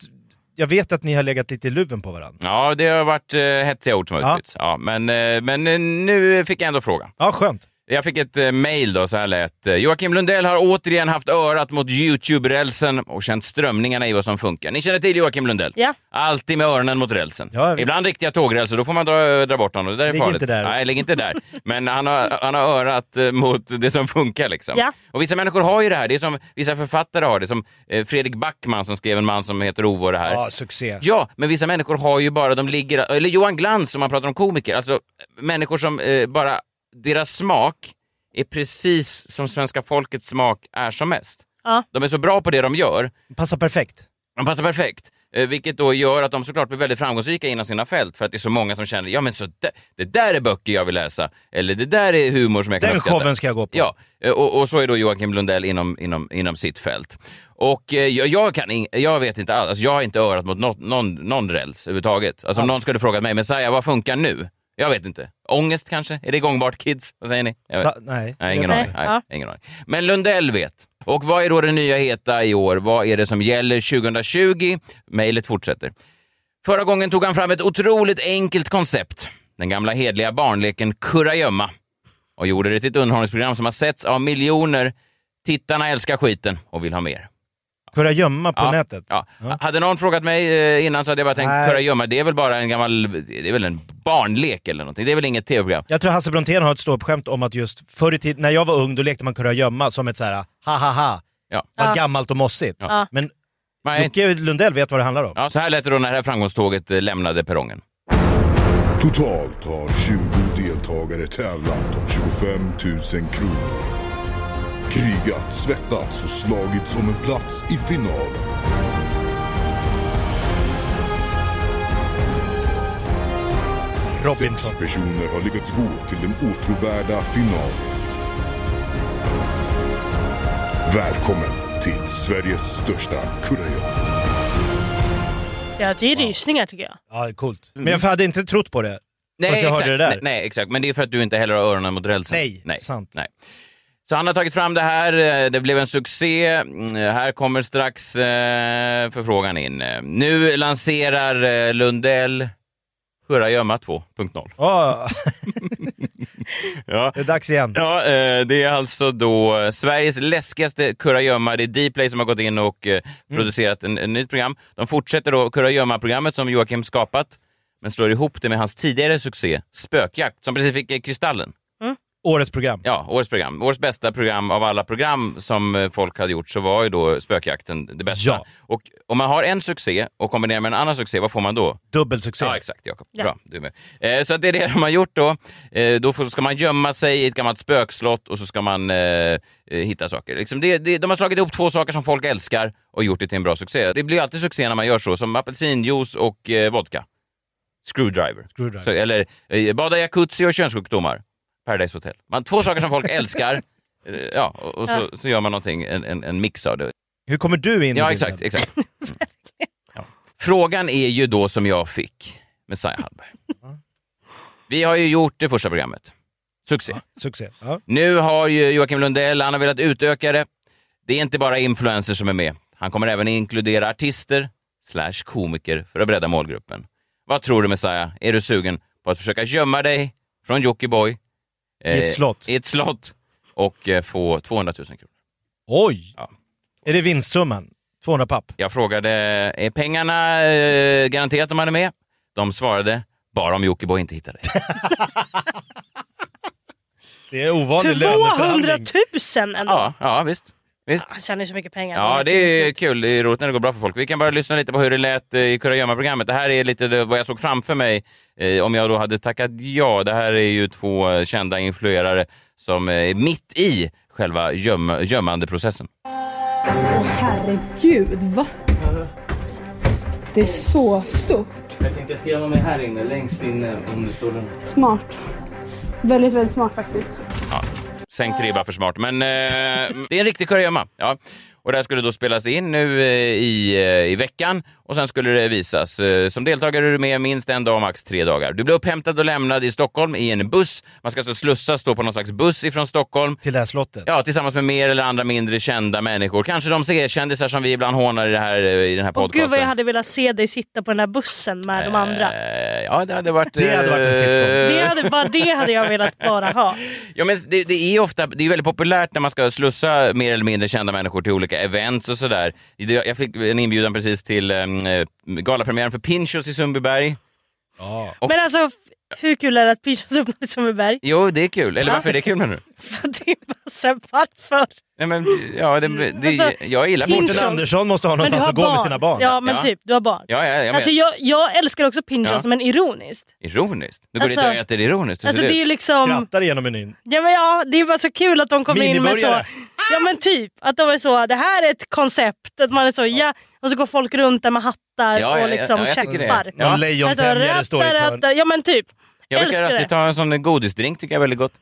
S7: jag vet att ni har legat lite i luven på varandra.
S5: Ja, det har varit eh, hetsiga ord som har
S7: Ja.
S5: utbytts. Ja, men, eh, men eh, nu fick jag ändå frågan.
S7: Ja, skönt.
S5: Jag fick ett eh, mejl då, så här lät eh, Joakim Lundell har återigen haft örat mot YouTube-rälsen och känt strömningarna i vad som funkar. Ni känner till Joakim Lundell?
S6: Ja.
S5: Alltid med öronen mot rälsen.
S7: Ja, visst.
S5: Ibland riktiga tågrälser, då får man dra, dra bort honom. Det där är
S7: Ligg
S5: farligt.
S7: inte där.
S5: Nej, ligg inte där. Men han har, han har örat eh, mot det som funkar liksom.
S6: Ja.
S5: Och vissa människor har ju det här. Det är som vissa författare har det. Som eh, Fredrik Backman som skrev En man som heter Ove och det här.
S7: Ja, succé.
S5: Ja, men vissa människor har ju bara, de ligger, eller Johan Glans om man pratar om komiker, alltså människor som eh, bara, deras smak är precis som svenska folkets smak är som mest.
S6: Ja.
S5: De är så bra på det de gör,
S7: Passar perfekt.
S5: de passar perfekt. eh, Vilket då gör att de såklart blir väldigt framgångsrika inom sina fält för att det är så många som känner ja men så där, det där är böcker jag vill läsa eller det där är humor som jag kan
S7: Den
S5: uppskatta.
S7: showen ska jag gå på.
S5: Ja, eh, och, och så är då Joakim Lundell inom, inom, inom sitt fält. Och eh, jag, jag, kan ing- jag vet inte alls, alltså, jag har inte örat mot något, någon, någon räls överhuvudtaget. Alltså om någon skulle fråga mig, men Saja, vad funkar nu? Jag vet inte. Ångest kanske? Är det gångbart kids? Vad säger ni? Jag vet.
S7: Sa- nej.
S5: nej, ingen
S7: Jag
S5: aning.
S7: vet
S5: Nej,
S7: inte.
S5: ingen aning. Men Lundell vet. Och vad är då det nya heta i år? Vad är det som gäller 2020? Mejlet fortsätter. Förra gången tog han fram ett otroligt enkelt koncept. Den gamla hedliga barnleken kurragömma och gjorde det till ett underhållningsprogram som har setts av miljoner. Tittarna älskar skiten och vill ha mer.
S7: Kunna gömma på
S5: Ja,
S7: nätet.
S5: Ja. Hade någon frågat mig eh, innan så hade jag bara tänkt
S7: Nej.
S5: kurragömma, det är väl bara en gammal, det är väl en barnlek eller någonting. Det är väl inget tv-program.
S7: Jag tror Hasse Brontén har ett ståuppskämt om att just förr i tiden, när jag var ung, då lekte man kunna gömma som ett så här ha ha ha.
S5: Ja.
S7: Vad
S5: Ja.
S7: gammalt och mossigt.
S5: Ja.
S7: Men
S5: Nej.
S7: Jocke Lundell vet vad det handlar om.
S5: Ja, så här lät det då när det här framgångståget eh, lämnade perrongen.
S17: Totalt har 20 deltagare tävlat om 25 000 kronor. Krigat, svettats och slagits om en plats i finalen.
S7: Robinson.
S17: Sex personer har lyckats gå till den åtråvärda finalen. Välkommen till Sveriges största kurragömma.
S6: Ja, det är rysningar tycker jag.
S7: Ja, coolt.
S5: Mm.
S7: Men jag hade inte trott på det.
S5: Nej,
S7: Fast jag
S5: exakt.
S7: hörde det där.
S5: Nej, nej, exakt. Men det är för att du inte heller har öronen mot rälsen.
S7: Nej, sant.
S5: Nej. Så han har tagit fram det här. eh, Det blev en succé. Mm, Här kommer strax eh, förfrågan in. Eh, Nu lanserar eh, Lundell Kurragömma 2.0.
S7: Ja,
S5: Ja.
S7: det är dags igen.
S5: Ja, eh, det är alltså då eh, Sveriges läskigaste kurragömma. Det är Dplay som har gått in och eh, producerat en, en nytt program. De fortsätter då kurragömma-programmet som Joakim skapat, men slår ihop det med hans tidigare succé Spökjakt, som precis fick eh, Kristallen.
S7: Årets program.
S5: Ja, årets program. Årets bästa program av alla program som eh, folk hade gjort så var ju då Spökjakten det bästa.
S7: Ja.
S5: Och om man har en succé och kombinerar med en annan succé, vad får man då?
S7: Dubbelsuccé.
S5: Ja, exakt Jakob.
S7: Ja.
S5: Bra, du är med. Eh, så att det är det de har gjort då. Eh, då får, ska man gömma sig i ett gammalt spökslott och så ska man eh, eh, hitta saker. Liksom det, det, de har slagit ihop två saker som folk älskar och gjort det till en bra succé. Det blir ju alltid succé när man gör så, som apelsinjuice och eh, vodka. Screwdriver.
S7: Screwdriver.
S5: Så, eller eh, bada i jacuzzi och könssjukdomar. Paradise Hotel. Man, två saker som folk älskar. eh, Ja, och, och så,
S7: Ja.
S5: så gör man någonting, en, en, en mix av det.
S7: Hur kommer du in i
S5: Ja,
S7: bilden?
S5: exakt. exakt. Mm. Ja. Frågan är ju då som jag fick, Messiah Hallberg. Vi har ju gjort det första programmet. Succé.
S7: Succé. Ja.
S5: Nu har ju Joakim Lundell, han har velat utöka det. Det är inte bara influencers som är med. Han kommer även inkludera artister slash komiker för att bredda målgruppen. Vad tror du Messiah? Är du sugen på att försöka gömma dig från Jockiboi? eh,
S7: I ett slott.
S5: I ett slott och eh, få 200 000 kronor.
S7: Oj! Är det vinstsumman? 200 papp?
S5: Jag frågade, är pengarna eh, garanterat om man är med? De svarade, bara om Jockiboi inte hittar dig.
S7: Det är ovanlig
S6: 200
S7: löneförhandling.
S6: 000 ändå!
S5: Ja, ja visst. visst.
S6: Han tjänar ju så mycket pengar.
S5: Ja, det är kul. Det är roligt när det går bra för folk. Vi kan bara lyssna lite på hur det lät eh, i Kurragömma-programmet. Det här är lite det- vad jag såg framför mig eh, om jag då hade tackat ja. Det här är ju två eh, kända influerare som eh, är mitt i själva göm- gömmandeprocessen.
S18: Åh herregud, va? Det är så stort.
S19: Jag tänkte jag ska gömma mig här inne, längst inne under stolen.
S18: Smart. Väldigt, väldigt smart faktiskt.
S5: Ja, sänkt ribba för smart. Men eh, det är en riktig kurragömma. Ja. Och det här skulle då spelas in nu eh, i, eh, i veckan och sen skulle det visas. Eh, Som deltagare är du med minst en dag, max tre dagar. Du blir upphämtad och lämnad i Stockholm i en buss. Man ska alltså slussas då på någon slags buss ifrån Stockholm.
S7: Till det här slottet?
S5: Ja, tillsammans med mer eller andra mindre kända människor. Kanske de C-kändisar som vi ibland hånar i, det här, eh, i den här podcasten.
S6: Gud vad jag hade velat se dig sitta på den här bussen med de andra.
S5: Eh, Ja, det hade varit... eh,
S7: Det hade varit en sitcom.
S6: Det hade, bara det hade jag velat bara ha.
S5: Ja, men det, det är ju ofta, det är ju väldigt populärt när man ska slussa mer eller mindre kända människor till olika events och sådär. Det- Jag fick en inbjudan precis till em, eh, galapremiären för Pinchos i Sundbyberg. Och,
S6: Men alltså, f- hur kul är det att Pinchas öppnade Sundbyberg?
S5: Jo, det är kul. Eller varför är det kul menar du?
S6: För att det är bara så här, varför?
S5: Nej, men, ja, det, det,
S6: Alltså,
S5: jag gillar Pinchos.
S6: Mårten Andersson
S7: måste ha
S6: Men du har Ja, men typ. Du har barn.
S5: Ja, ja, jag menar.
S6: Alltså, jag, jag älskar också Pinchas,
S5: Ja.
S6: men ironiskt.
S5: Ironiskt. Du går
S6: Alltså-
S5: dit och äter ironiskt. hur ser
S6: Alltså,
S5: det
S6: det är
S5: ut?
S6: ju liksom...
S7: Skrattar igenom menyn.
S6: Ja, men ja, det är bara så kul att de kommer in med så...
S7: Miniburgare.
S6: Ja men typ, att de är så, det här är ett koncept. Att man är så, ja. Och så går folk runt där med hattar
S5: Ja, ja,
S6: och liksom
S5: ja, jag tycker det.
S6: tjafsar.
S5: Ja. Någon
S7: lejontäljare
S6: Alltså,
S5: står i ett
S6: rattar,
S5: hörn.
S6: rattar. Ja men typ.
S5: Jag brukar
S6: älskar det.
S5: alltid ta en sån godisdrink, tycker jag är väldigt gott.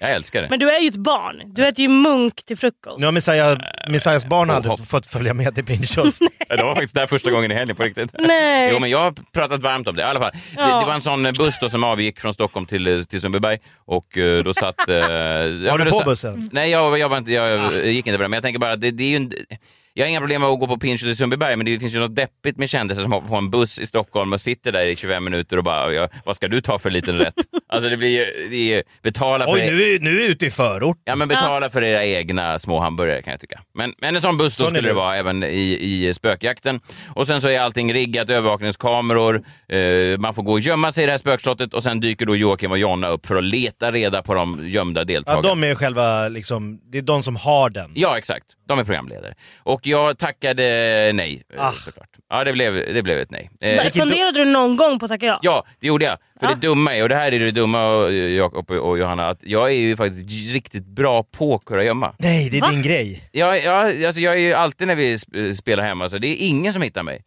S5: Jag älskar det.
S6: Men du är ju ett barn. Du äter ju munk till frukost.
S7: Nu har Messiah, Messiahs barn aldrig fått följa med till Pinchos.
S5: Ja, det var faktiskt där första gången i helgen på riktigt.
S6: Nej.
S5: Jo, men jag har pratat varmt om det i alla fall. Det,
S6: Ja.
S5: det var en sån eh, buss då som avgick från Stockholm till, till Sundbyberg och eh, då satt... eh, ja, men
S7: du
S5: då
S7: på
S5: satt-
S7: bussen? Ah.
S5: Nej, jag, jag, var inte, jag eh, gick inte på det, men jag tänker bara, att det, det är ju en, jag har inga problem med att gå på Pinchos i Sundbyberg, men det finns ju något deppigt med kändisar som hoppar på en buss i Stockholm och sitter där i 25 minuter och bara, ja, vad ska du ta för liten rätt? Alltså det blir ju, det är ju betala för...
S7: Oj, nu är, nu är vi ute i förort.
S5: Ja, men betala för era egna små hamburgare kan jag tycka. Men, men en sån buss då
S7: Sån är
S5: skulle det
S7: du.
S5: vara även i, i spökjakten. Och sen så är allting riggat, övervakningskameror, eh, man får gå och gömma sig i det här spökslottet och sen dyker då Joakim och Jonna upp för att leta reda på de gömda
S7: Ja,
S5: deltagarna.
S7: de är själva, liksom, det är de som har den.
S5: Ja, exakt. De är programledare. Och jag tackade nej, eh,
S7: Ah.
S5: såklart. Ja, det blev, det blev ett nej. Eh,
S6: Men Funderade du någon gång på att tacka ja?
S5: Ja, det gjorde jag. För
S7: Ah.
S5: det dumma är, och det här är det dumma eh, Jakob och Johanna, att jag är ju faktiskt riktigt bra på kurragömma.
S7: Nej, det är din grej.
S5: Ja, ja, alltså jag är ju alltid när vi sp- spelar hemma, så det är ingen som hittar mig.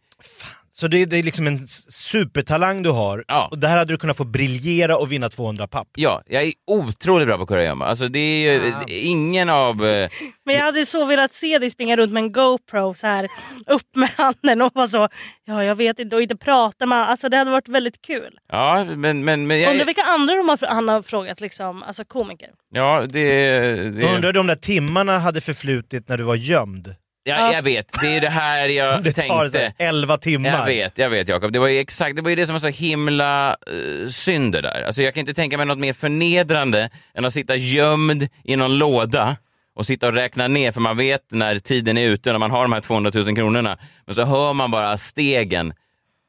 S7: Så det, det är liksom en s- supertalang du har. Och där hade du kunnat få briljera och vinna 200 papp.
S5: Ja, jag är otroligt bra på kurragömma. Alltså det är ju
S6: Ah.
S5: ingen av... eh,
S6: Men jag hade så velat se dig springa runt med en GoPro så här upp med handen och vara så, ja jag vet inte, och inte prata med Alltså det hade varit väldigt kul.
S5: Ja, men... men, men
S6: Undrar
S5: jag,
S6: vilka andra de har, han har frågat, liksom, alltså komiker.
S5: ja, det...
S7: Jag
S5: det
S7: undrar om de där timmarna hade förflutit när du var gömd.
S5: jag, jag vet, det är det här jag
S7: Det tar så
S5: tänkte.
S7: här 11 timmar.
S5: Jag vet, jag vet Jakob. Det var ju exakt, det var ju det som var så himla uh, synd det där. Alltså jag kan inte tänka mig något mer förnedrande än att sitta gömd i någon låda och sitta och räkna ner, för man vet när tiden är ute, när man har de här 200 000 kronorna, men så hör man bara stegen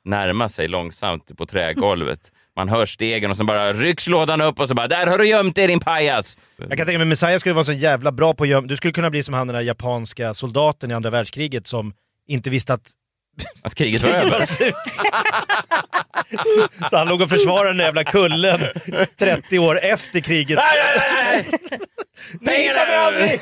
S5: närma sig långsamt på trägolvet. Man hör stegen och sen bara rycks lådan upp och så bara “Där har du gömt dig din pajas!”
S7: Jag kan tänka mig, Messiah skulle vara så jävla bra på att göm- Du skulle kunna bli som han den där japanska soldaten i andra världskriget som inte visste att
S5: Att kriget var över.
S7: slut. så han låg och försvarade den där jävla kullen 30 år efter kriget.
S5: Pengarna
S7: Hittar vi aldrig!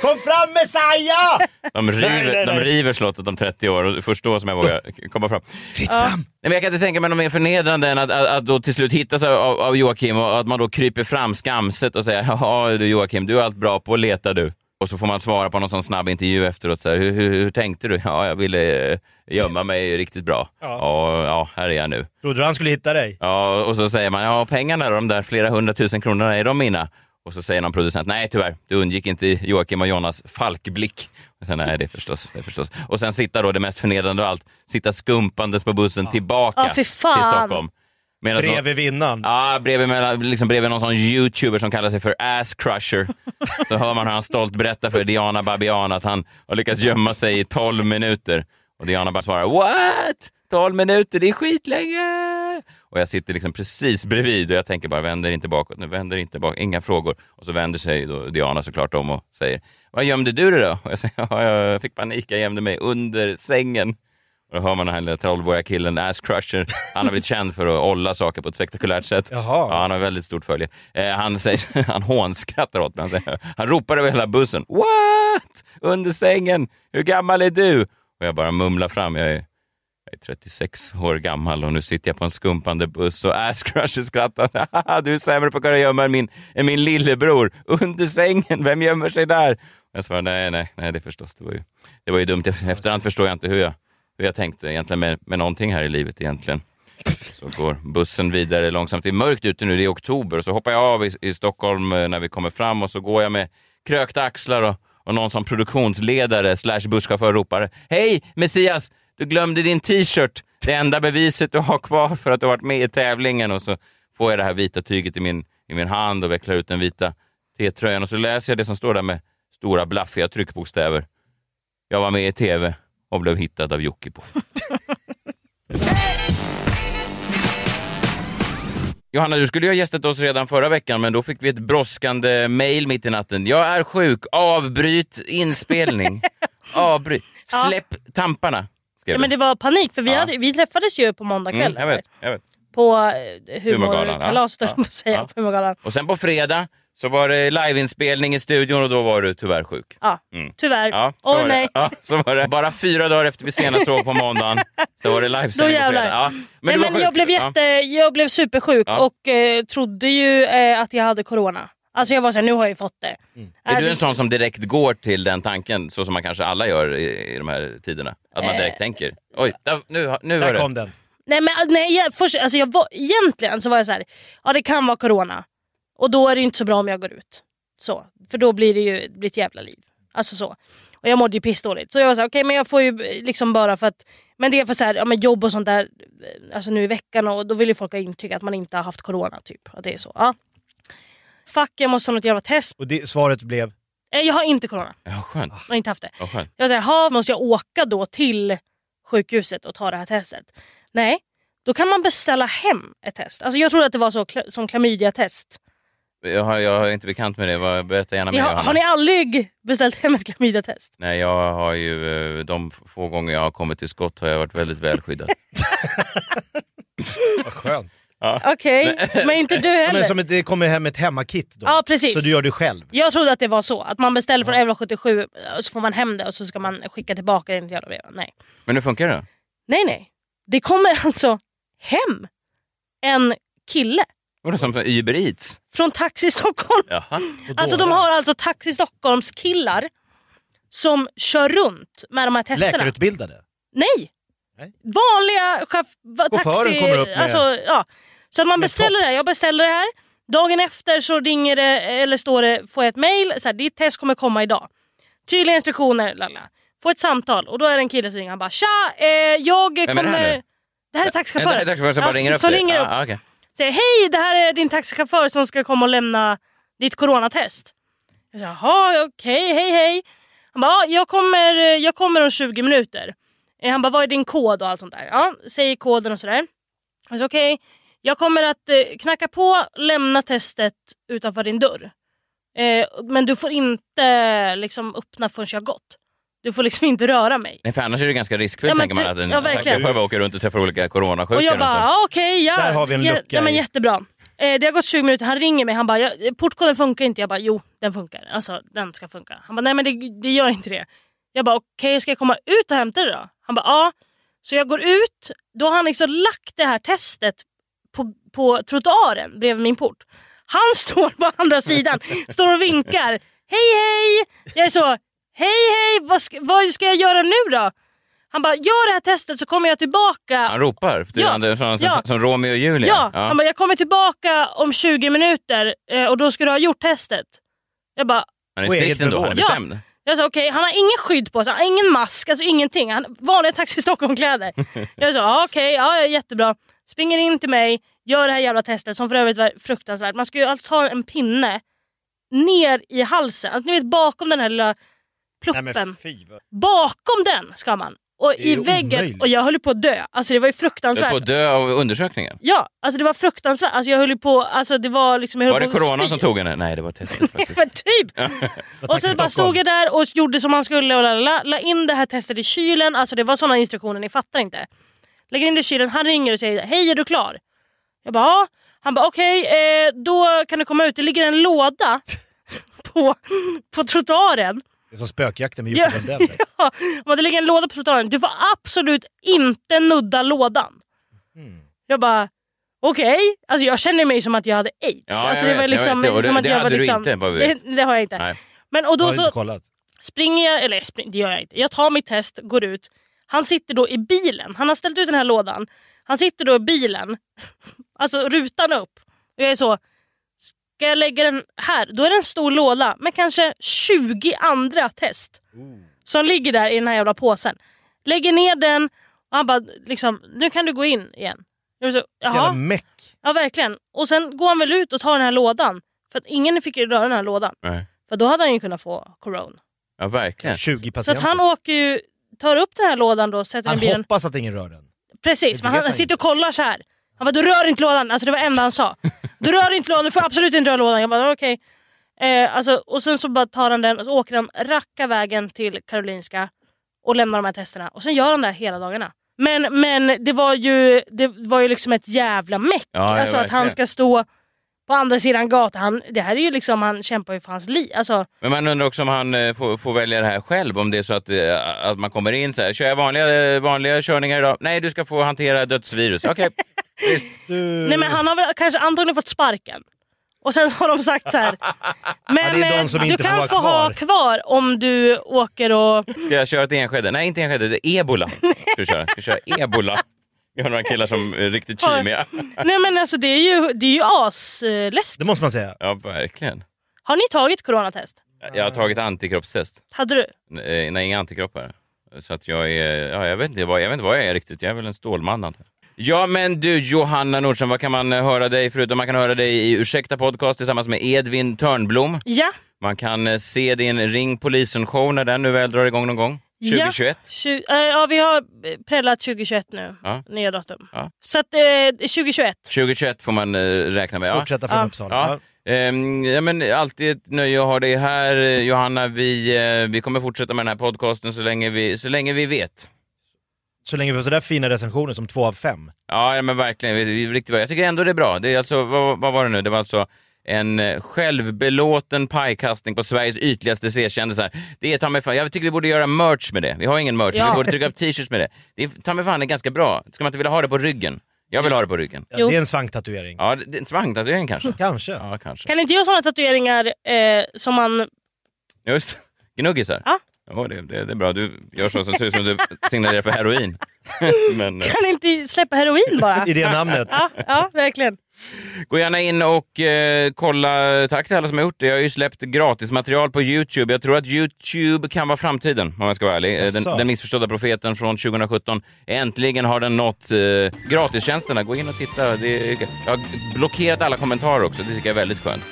S7: Kom fram Messiah!
S5: De river,
S7: Nej, nej,
S5: de
S7: nej.
S5: river slottet om 30 år och det är först då som jag vågar k- komma fram. Fritt fram! Nej, men jag kan inte tänka mig något mer förnedrande än att, att, att då till slut hittas av- av, av Joakim och att man då kryper fram skamset och säger “Jaha du Joakim, du är allt bra på att leta du”. Och så får man svara på någon sån snabb intervju efteråt. Så här, hur, hur, hur tänkte du? Ja, jag ville eh, gömma mig riktigt bra.
S7: Ja.
S5: Ja, ja, här är jag nu.
S7: Trodde du han skulle hitta dig?
S5: Ja, och så säger man, ja pengarna då, de där flera hundratusen kronorna, är de mina? Och så säger någon producent, nej tyvärr, du undgick inte Joakim och Jonas falkblick. Och sen, nej, det är förstås, det är förstås. Och sen sitta då, det mest förnedrande av allt, sitta skumpandes på bussen tillbaka
S6: Ja, fy
S5: till
S6: fan.
S5: Stockholm. Medan så-
S7: Bredvid vinnaren.
S5: Alltså- Ja, bredvid, mellan, liksom bredvid någon sån youtuber som kallar sig för Ass Crusher. Så hör man hur han stolt berättar för Diana Babian att han har lyckats gömma sig i 12 minuter. Och Diana bara svarar “What? 12 minuter, det är skitlänge!” Och jag sitter liksom precis bredvid och jag tänker bara vänder inte bakåt nu, vänder inte bakåt, inga frågor. Och så vänder sig då Diana såklart om och säger “Vad gömde du dig då?” Och jag säger "Ja, “Jag fick panik, jag gömde mig under sängen.” Och då hör man den här lilla trollborga killen Ass Crusher. Han har blivit känd för att olla saker på ett spektakulärt sätt. Ja, han har väldigt stort följe. Eh, han, säger, han hånskrattar åt mig. Han, säger, han ropar över hela bussen. What? Under sängen? Hur gammal är du? Och jag bara mumlar fram. Jag är, jag är 36 år gammal och nu sitter jag på en skumpande buss och Ass Crusher skrattar. "Haha, du är sämre på att kunna gömma än min, än min lillebror. Under sängen, vem gömmer sig där? Jag svarar nej, nej, nej, det förstås. Det var ju, det var ju dumt. Efterhand förstår jag inte hur jag, hur jag tänkte egentligen med, med någonting här i livet egentligen. Så går bussen vidare långsamt. Det är mörkt ute nu, det är oktober. Och så hoppar jag av i, i Stockholm eh, när vi kommer fram och så går jag med krökta axlar och, och någon som produktionsledare slash busschaufför ropar Hej Messias! Du glömde din t-shirt. Det enda beviset du har kvar för att du har varit med i tävlingen. Och så får jag det här vita tyget i min, i min hand och vecklar ut den vita T-tröjan och så läser jag det som står där med stora blaffiga tryckbokstäver. Jag var med i TV och blev hittad av Jockibo. Johanna, du skulle ju ha gästat oss redan förra veckan, men då fick vi ett brådskande mejl mitt i natten. Jag är sjuk, avbryt inspelning. avbryt. Släpp tamparna, skrev
S6: Ja, men det var panik för vi, hade, vi träffades ju på måndag
S5: du.
S6: kväll.
S5: Mm, jag vet, jag vet.
S6: På eh,
S5: Humorgalan, ja.
S6: humorkalaset höll jag på att säga. På humorgalan.
S5: Och sen på fredag så var det liveinspelning i studion och då var du tyvärr sjuk.
S6: Ja,
S5: Mm.
S6: tyvärr.
S5: Ja, så
S6: Åh
S5: var det.
S6: nej.
S5: Ja, så var det. Bara fyra dagar efter vi senast såg på måndagen så var det
S6: Då
S5: livesändning på
S6: jävlar.
S5: fredag. Ja,
S6: Nej,
S5: du var
S6: men
S5: sjuk.
S6: jag, blev jätte, jag blev supersjuk
S5: Ja.
S6: och eh, trodde ju eh, att jag hade corona. Alltså jag var såhär, nu har jag ju fått det.
S5: Ja. Mm. Är
S6: Äh,
S5: du
S6: det-
S5: en sån som direkt går till den tanken, så som man kanske alla gör i, i de här tiderna? Att
S6: Eh.
S5: man direkt tänker, oj, där, nu, har- nu
S7: Där
S5: var det.
S7: kom den.
S6: Nej men alltså, nej, jag, först, alltså, jag var, egentligen så var jag så här, ja det kan vara corona. Och då är det ju inte så bra om jag går ut. Så, för då blir det ju blir ett jävla liv. Alltså så. Och jag mådde ju pissdåligt. Så jag var såhär, okej men jag får ju eh, liksom bara för att, men det är för så här, ja, men jobb och sånt där, eh, alltså nu i veckan och då vill ju folk ha intyg att man inte har haft corona typ. Att det är så. Ja. Fuck jag måste ha något jävla test.
S7: Och det, svaret blev?
S6: Eh, Jag har inte corona.
S5: Ja, skönt.
S6: Jag har inte haft det.
S5: Ja, skönt.
S6: Jag var såhär, "Ha, måste jag åka då till sjukhuset och ta det här testet? Nej, då kan man beställa hem ett test. Alltså jag trodde att det var så, kla- som klamydia-test.
S5: Jag, har, jag är inte bekant med det, Vad- berätta gärna
S6: Ni
S5: mer
S6: har,
S5: Johanna.
S6: har ni aldrig beställt hem ett klamydia-test?
S5: Nej, jag har ju, eh, de få gånger jag har kommit till skott har jag varit väldigt välskyddad.
S7: Vad skönt.
S5: Ja.
S6: Okej, men inte du
S7: Ja,
S6: heller.
S7: Men som ett, det kommer hem ett hemmakit då.
S6: Ja, precis.
S7: Så du gör det själv.
S6: Jag trodde att det var så, att man beställer från Euro 77 och så får man hem det och så ska man skicka tillbaka det enligt jävla brev. Nej.
S5: Men hur funkar det då?
S6: nej, nej. Det kommer alltså hem en kille
S5: Var det som på Uber Eats?
S6: från Taxi Stockholm.
S5: Jaha.
S6: Alltså de har alltså Taxi Stockholms killar som kör runt med de här testerna.
S7: Läkarutbildade.
S6: Nej! Vanliga chef, va,
S7: Chauffören
S6: taxi...
S7: kommer upp med-
S6: alltså, ja. Så att man beställer det här. Jag beställer det här. Dagen efter så ringer det, eller står det, får jag ett mail. Så här, ditt test kommer komma idag. Tydliga instruktioner. Lalla. Får ett samtal och då är det en kille som ringer. Han bara tja, eh, jag
S5: är
S6: kommer...
S5: det här nu?
S6: det här är taxichauffören.
S5: Det här är taxichauffören som bara ringer upp
S6: som
S5: dig.
S6: ringer upp.
S5: Ah, okej.
S6: Säger hej, det här är din taxichaufför som ska komma och lämna ditt coronatest. Jag säger, Jaha, okej, hej hej. Han bara, "Ja, jag kommer, jag kommer om 20 minuter. Eh, Han bara, vad är din kod och allt sånt där? Ja, säger koden och sådär. Jag sa okej, Jag kommer att eh, knacka på, lämna testet utanför din dörr. Eh, men du får inte liksom, öppna förrän jag gått. Du får liksom inte röra mig.
S5: Nej, för annars är det ganska riskfyllt
S6: Ja, men
S5: tänker man
S6: ty-
S5: att en
S6: ja, verkligen.
S5: taxichaufför åker runt och träffar olika coronasjuka.
S6: Och jag
S5: runt
S6: bara,
S5: om.
S6: ja, okej, ja.
S5: Där har vi en
S6: Ja,
S5: lucka
S6: Ja, men
S5: i-
S6: jättebra. Eh, det har gått 20 minuter, han ringer mig, han bara, ja, portkoden funkar inte. Jag bara, jo den funkar. Alltså den ska funka. Han bara, nej men det, det gör inte det. Jag bara, okej ska jag komma ut och hämta det då? Han bara, ja. Så jag går ut, då har han liksom lagt det här testet på, på trottoaren bredvid min port. Han står på andra sidan, står och vinkar. Hej hej! Jag är så, hej hej, vad ska, vad ska jag göra nu då? Han bara, gör det här testet så kommer jag tillbaka
S5: Han ropar, till
S6: Ja,
S5: andra, från,
S6: ja.
S5: som, som Romeo och Julia.
S6: Ja, han bara jag kommer tillbaka om 20 minuter eh, och då ska du ha gjort testet. Jag bara...
S5: Han är strikt ändå, han är bestämd.
S6: Ja. Jag sa okej, han har ingen skydd på sig, han har ingen mask, alltså ingenting. Han vanliga Taxi Stockholm-kläder. jag sa ja, okej, ja, ja, jättebra. Springer in till mig, gör det här jävla testet som för övrigt var fruktansvärt. Man ska ju alltså ha en pinne ner i halsen, alltså ni vet bakom den här lilla pluppen. Bakom den ska man! Och
S5: Det är
S6: i
S5: ju
S6: väggen,
S5: omöjligt.
S6: och jag höll ju på att dö. Alltså det var ju
S5: Jag höll
S6: fruktansvärt.
S5: på att dö av undersökningen.
S6: Ja, alltså det var fruktansvärt. Alltså jag höll ju på, alltså det var liksom... Jag
S5: Var
S6: höll
S5: det
S6: på att
S5: coronan
S6: spy.
S5: som tog henne? Nej, det var testet faktiskt.
S6: Men typ! Och
S5: Taxi
S6: sen
S5: Stockholm.
S6: bara stod jag där och gjorde som han skulle och la, la, la, la in det här testet i kylen. Alltså det var sådana instruktioner, ni fattar inte. Lägger in det i kylen, han ringer och säger hej är du klar? Jag bara ja. Han bara okej, eh, då kan du komma ut. Det ligger en låda på, på trottoaren.
S7: Det är som spökjakten med Jocke Lundell. där.
S6: Ja, men det ligger en låda på trottoaren. Du får absolut inte nudda lådan.
S5: Mm.
S6: Jag bara, okej. Alltså jag känner mig som att jag hade aids.
S5: Ja, jag
S6: alltså,
S5: vet, jag vet det. Och det- det hade du inte, vad vi
S6: liksom- det,
S5: vet.
S6: det har jag inte.
S5: Nej.
S6: Men, och
S5: Har
S6: då
S5: du inte
S6: så
S5: kollat?
S6: springer jag, eller spring, det gör jag inte. Jag tar mitt test, går ut. Han sitter då i bilen. Han har ställt ut den här lådan. Han sitter då i bilen, alltså rutan upp. Och jag är så, ska jag lägga den här? Då är det en stor låda med kanske 20 andra test som ligger där i den här jävla påsen. Lägger ner den och han bara liksom, nu kan du gå in igen. Jag var så,
S7: Jävla
S6: Jaha,
S7: meck.
S6: ja verkligen. Och sen går han väl ut och tar den här lådan. För att ingen fick ju röra den här lådan.
S5: Nej.
S6: För då hade han ju kunnat få corona.
S5: Ja, verkligen.
S7: 20
S6: Så att han åker ju, tar upp den här lådan då, sätter den
S7: Han
S6: i bilen.
S7: hoppas att ingen rör den.
S6: Precis,
S7: Det
S6: men
S7: vet
S6: han,
S7: han
S6: sitter och kollar så här. Han bara, du rör inte lådan. Alltså det var det enda han sa. Du rör inte lådan, du får absolut inte röra lådan. Jag bara, okej. Eh, alltså, och sen så bara tar han den och så åker han racka vägen till Karolinska och lämnar de här testerna. Och sen gör han det här hela dagarna. Men, men det, var ju, det var ju liksom ett jävla meck.
S5: Ja, ja,
S6: alltså att han
S5: verkligen.
S6: ska stå på andra sidan gatan. Han, det här är ju liksom, han kämpar ju för hans liv. Alltså,
S5: Men man undrar också om han eh, får, får välja det här själv, om det är så att, eh, att man kommer in så här, kör jag vanliga, eh, vanliga körningar idag? Nej, du ska få hantera dödsvirus. Okej, visst.
S6: Nej
S5: Mm.
S6: men han har väl kanske antagligen fått sparken. Och sen har de sagt så här. Men
S5: det är de
S6: eh,
S5: som
S6: du
S5: inte får
S6: kan
S5: vara
S6: få ha kvar om du åker och...
S5: Ska jag köra till Enskede? Nej, inte Enskede, det är ebola. Ska jag köra, ska jag köra ebola. Vi har några killar som är riktigt
S6: Har-
S5: kymiga.
S6: Nej men alltså det är ju, det är ju asläskigt.
S5: Det måste man säga. Ja, verkligen.
S6: Har ni tagit coronatest?
S5: Jag har tagit antikroppstest.
S6: Hade du?
S5: Eh, Nej, inga antikroppar. Så att jag är, ja, jag vet inte vad jag, vet inte vad jag är riktigt. Jag är väl en stålman antar jag. Ja men du Johanna Nordström, vad kan man eh, höra dig förutom man kan höra dig i Ursäkta Podcast tillsammans med Edvin Törnblom.
S6: Ja.
S5: Man kan eh, se din Ring Polisen-show när den nu väl drar igång någon gång. 2021.
S6: Ja, Tju- eh, ja vi har eh, prällat 2021 nu.
S5: Ja.
S6: Nya datum.
S5: Ja.
S6: Så att eh, 2021.
S5: 2021 får man eh, räkna med.
S7: Fortsätta
S5: ja.
S7: från Uppsala.
S5: Ja. Ehm, ja, men alltid ett nöje att ha dig här eh, Johanna. Vi, eh, vi kommer fortsätta med den här podcasten så länge vi, så länge vi vet.
S7: Så länge vi får sådär fina recensioner som två av fem.
S5: Ja, ja, men verkligen. Vi- vi- Riktigt bra. Jag tycker ändå det är bra. Det är alltså, vad, vad var det nu? Det var alltså en eh, självbelåten pajkastning på Sveriges ytligaste C-kändisar. Det är ta mig fan, jag tycker vi borde göra merch med det. Vi har ingen merch,
S6: Ja.
S5: vi borde trycka upp t-shirts med det. Det är ta mig fan det är ganska bra. Ska man inte vilja ha det på ryggen? Jag vill ha det på ryggen.
S7: Ja, det är en svanktatuering.
S5: Ja, det det är en svanktatuering kanske? Kanske. Ja, kanske.
S6: Mm. Kan inte göra sådana tatueringar eh, som man...
S5: Just Gnuggisar?
S6: Ja.
S5: det, det, det är bra. Du gör så som ser ut som du signalerar för heroin. Men, eh,
S6: Kan inte släppa heroin bara?
S5: I det namnet.
S6: Ja, ja verkligen.
S5: Gå gärna in och eh, kolla. Tack till alla som har gjort det. Jag har ju släppt gratismaterial på Youtube. Jag tror att Youtube kan vara framtiden, om jag ska vara ärlig. Eh, Den,
S7: Jaså?
S5: den missförstådda profeten från 2017. Äntligen har den nått eh, gratistjänsterna. Gå in och titta. Det är, jag har blockerat alla kommentarer också. Det tycker jag är väldigt skönt.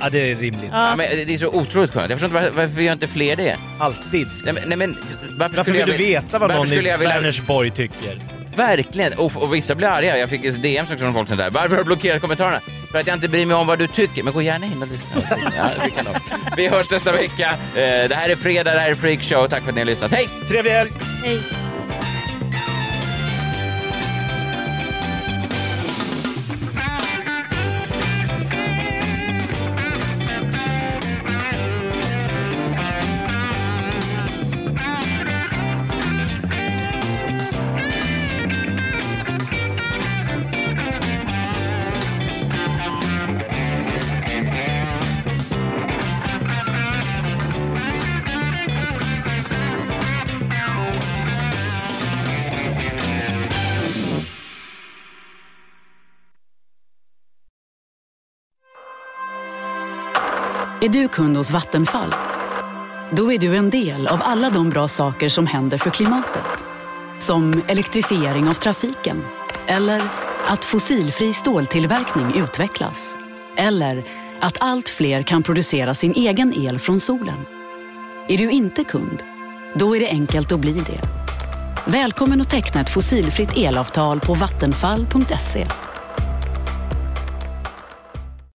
S7: Ja, det är rimligt.
S5: Ja. men det är så otroligt skönt. Jag förstår inte varför, varför gör inte fler det?
S7: Alltid.
S5: Nej, men, nej, men, varför,
S7: Varför
S5: skulle
S7: vill
S5: jag
S7: du
S5: vilja-
S7: veta vad
S5: varför
S7: någon
S5: skulle
S7: i
S5: jag vilja-
S7: Vänersborg tycker?
S5: Verkligen! Och, och vissa blir arga. Jag fick ett DM från folk som där. Varför har du blockerat kommentarerna? För att jag inte bryr mig om vad du tycker. Men gå gärna in och lyssna. Ja, det kan de. Vi hörs nästa vecka. Eh, Det här är fredag, det här är Freak Show. Tack för att ni har lyssnat. Hej!
S7: Trevlig helg!
S6: Hej.
S4: Är du kund hos Vattenfall? Då är du en del av alla de bra saker som händer för klimatet. Som elektrifiering av trafiken. Eller att fossilfri ståltillverkning utvecklas. Eller att allt fler kan producera sin egen el från solen. Är du inte kund? Då är det enkelt att bli det. Välkommen att teckna ett fossilfritt elavtal på vattenfall.se.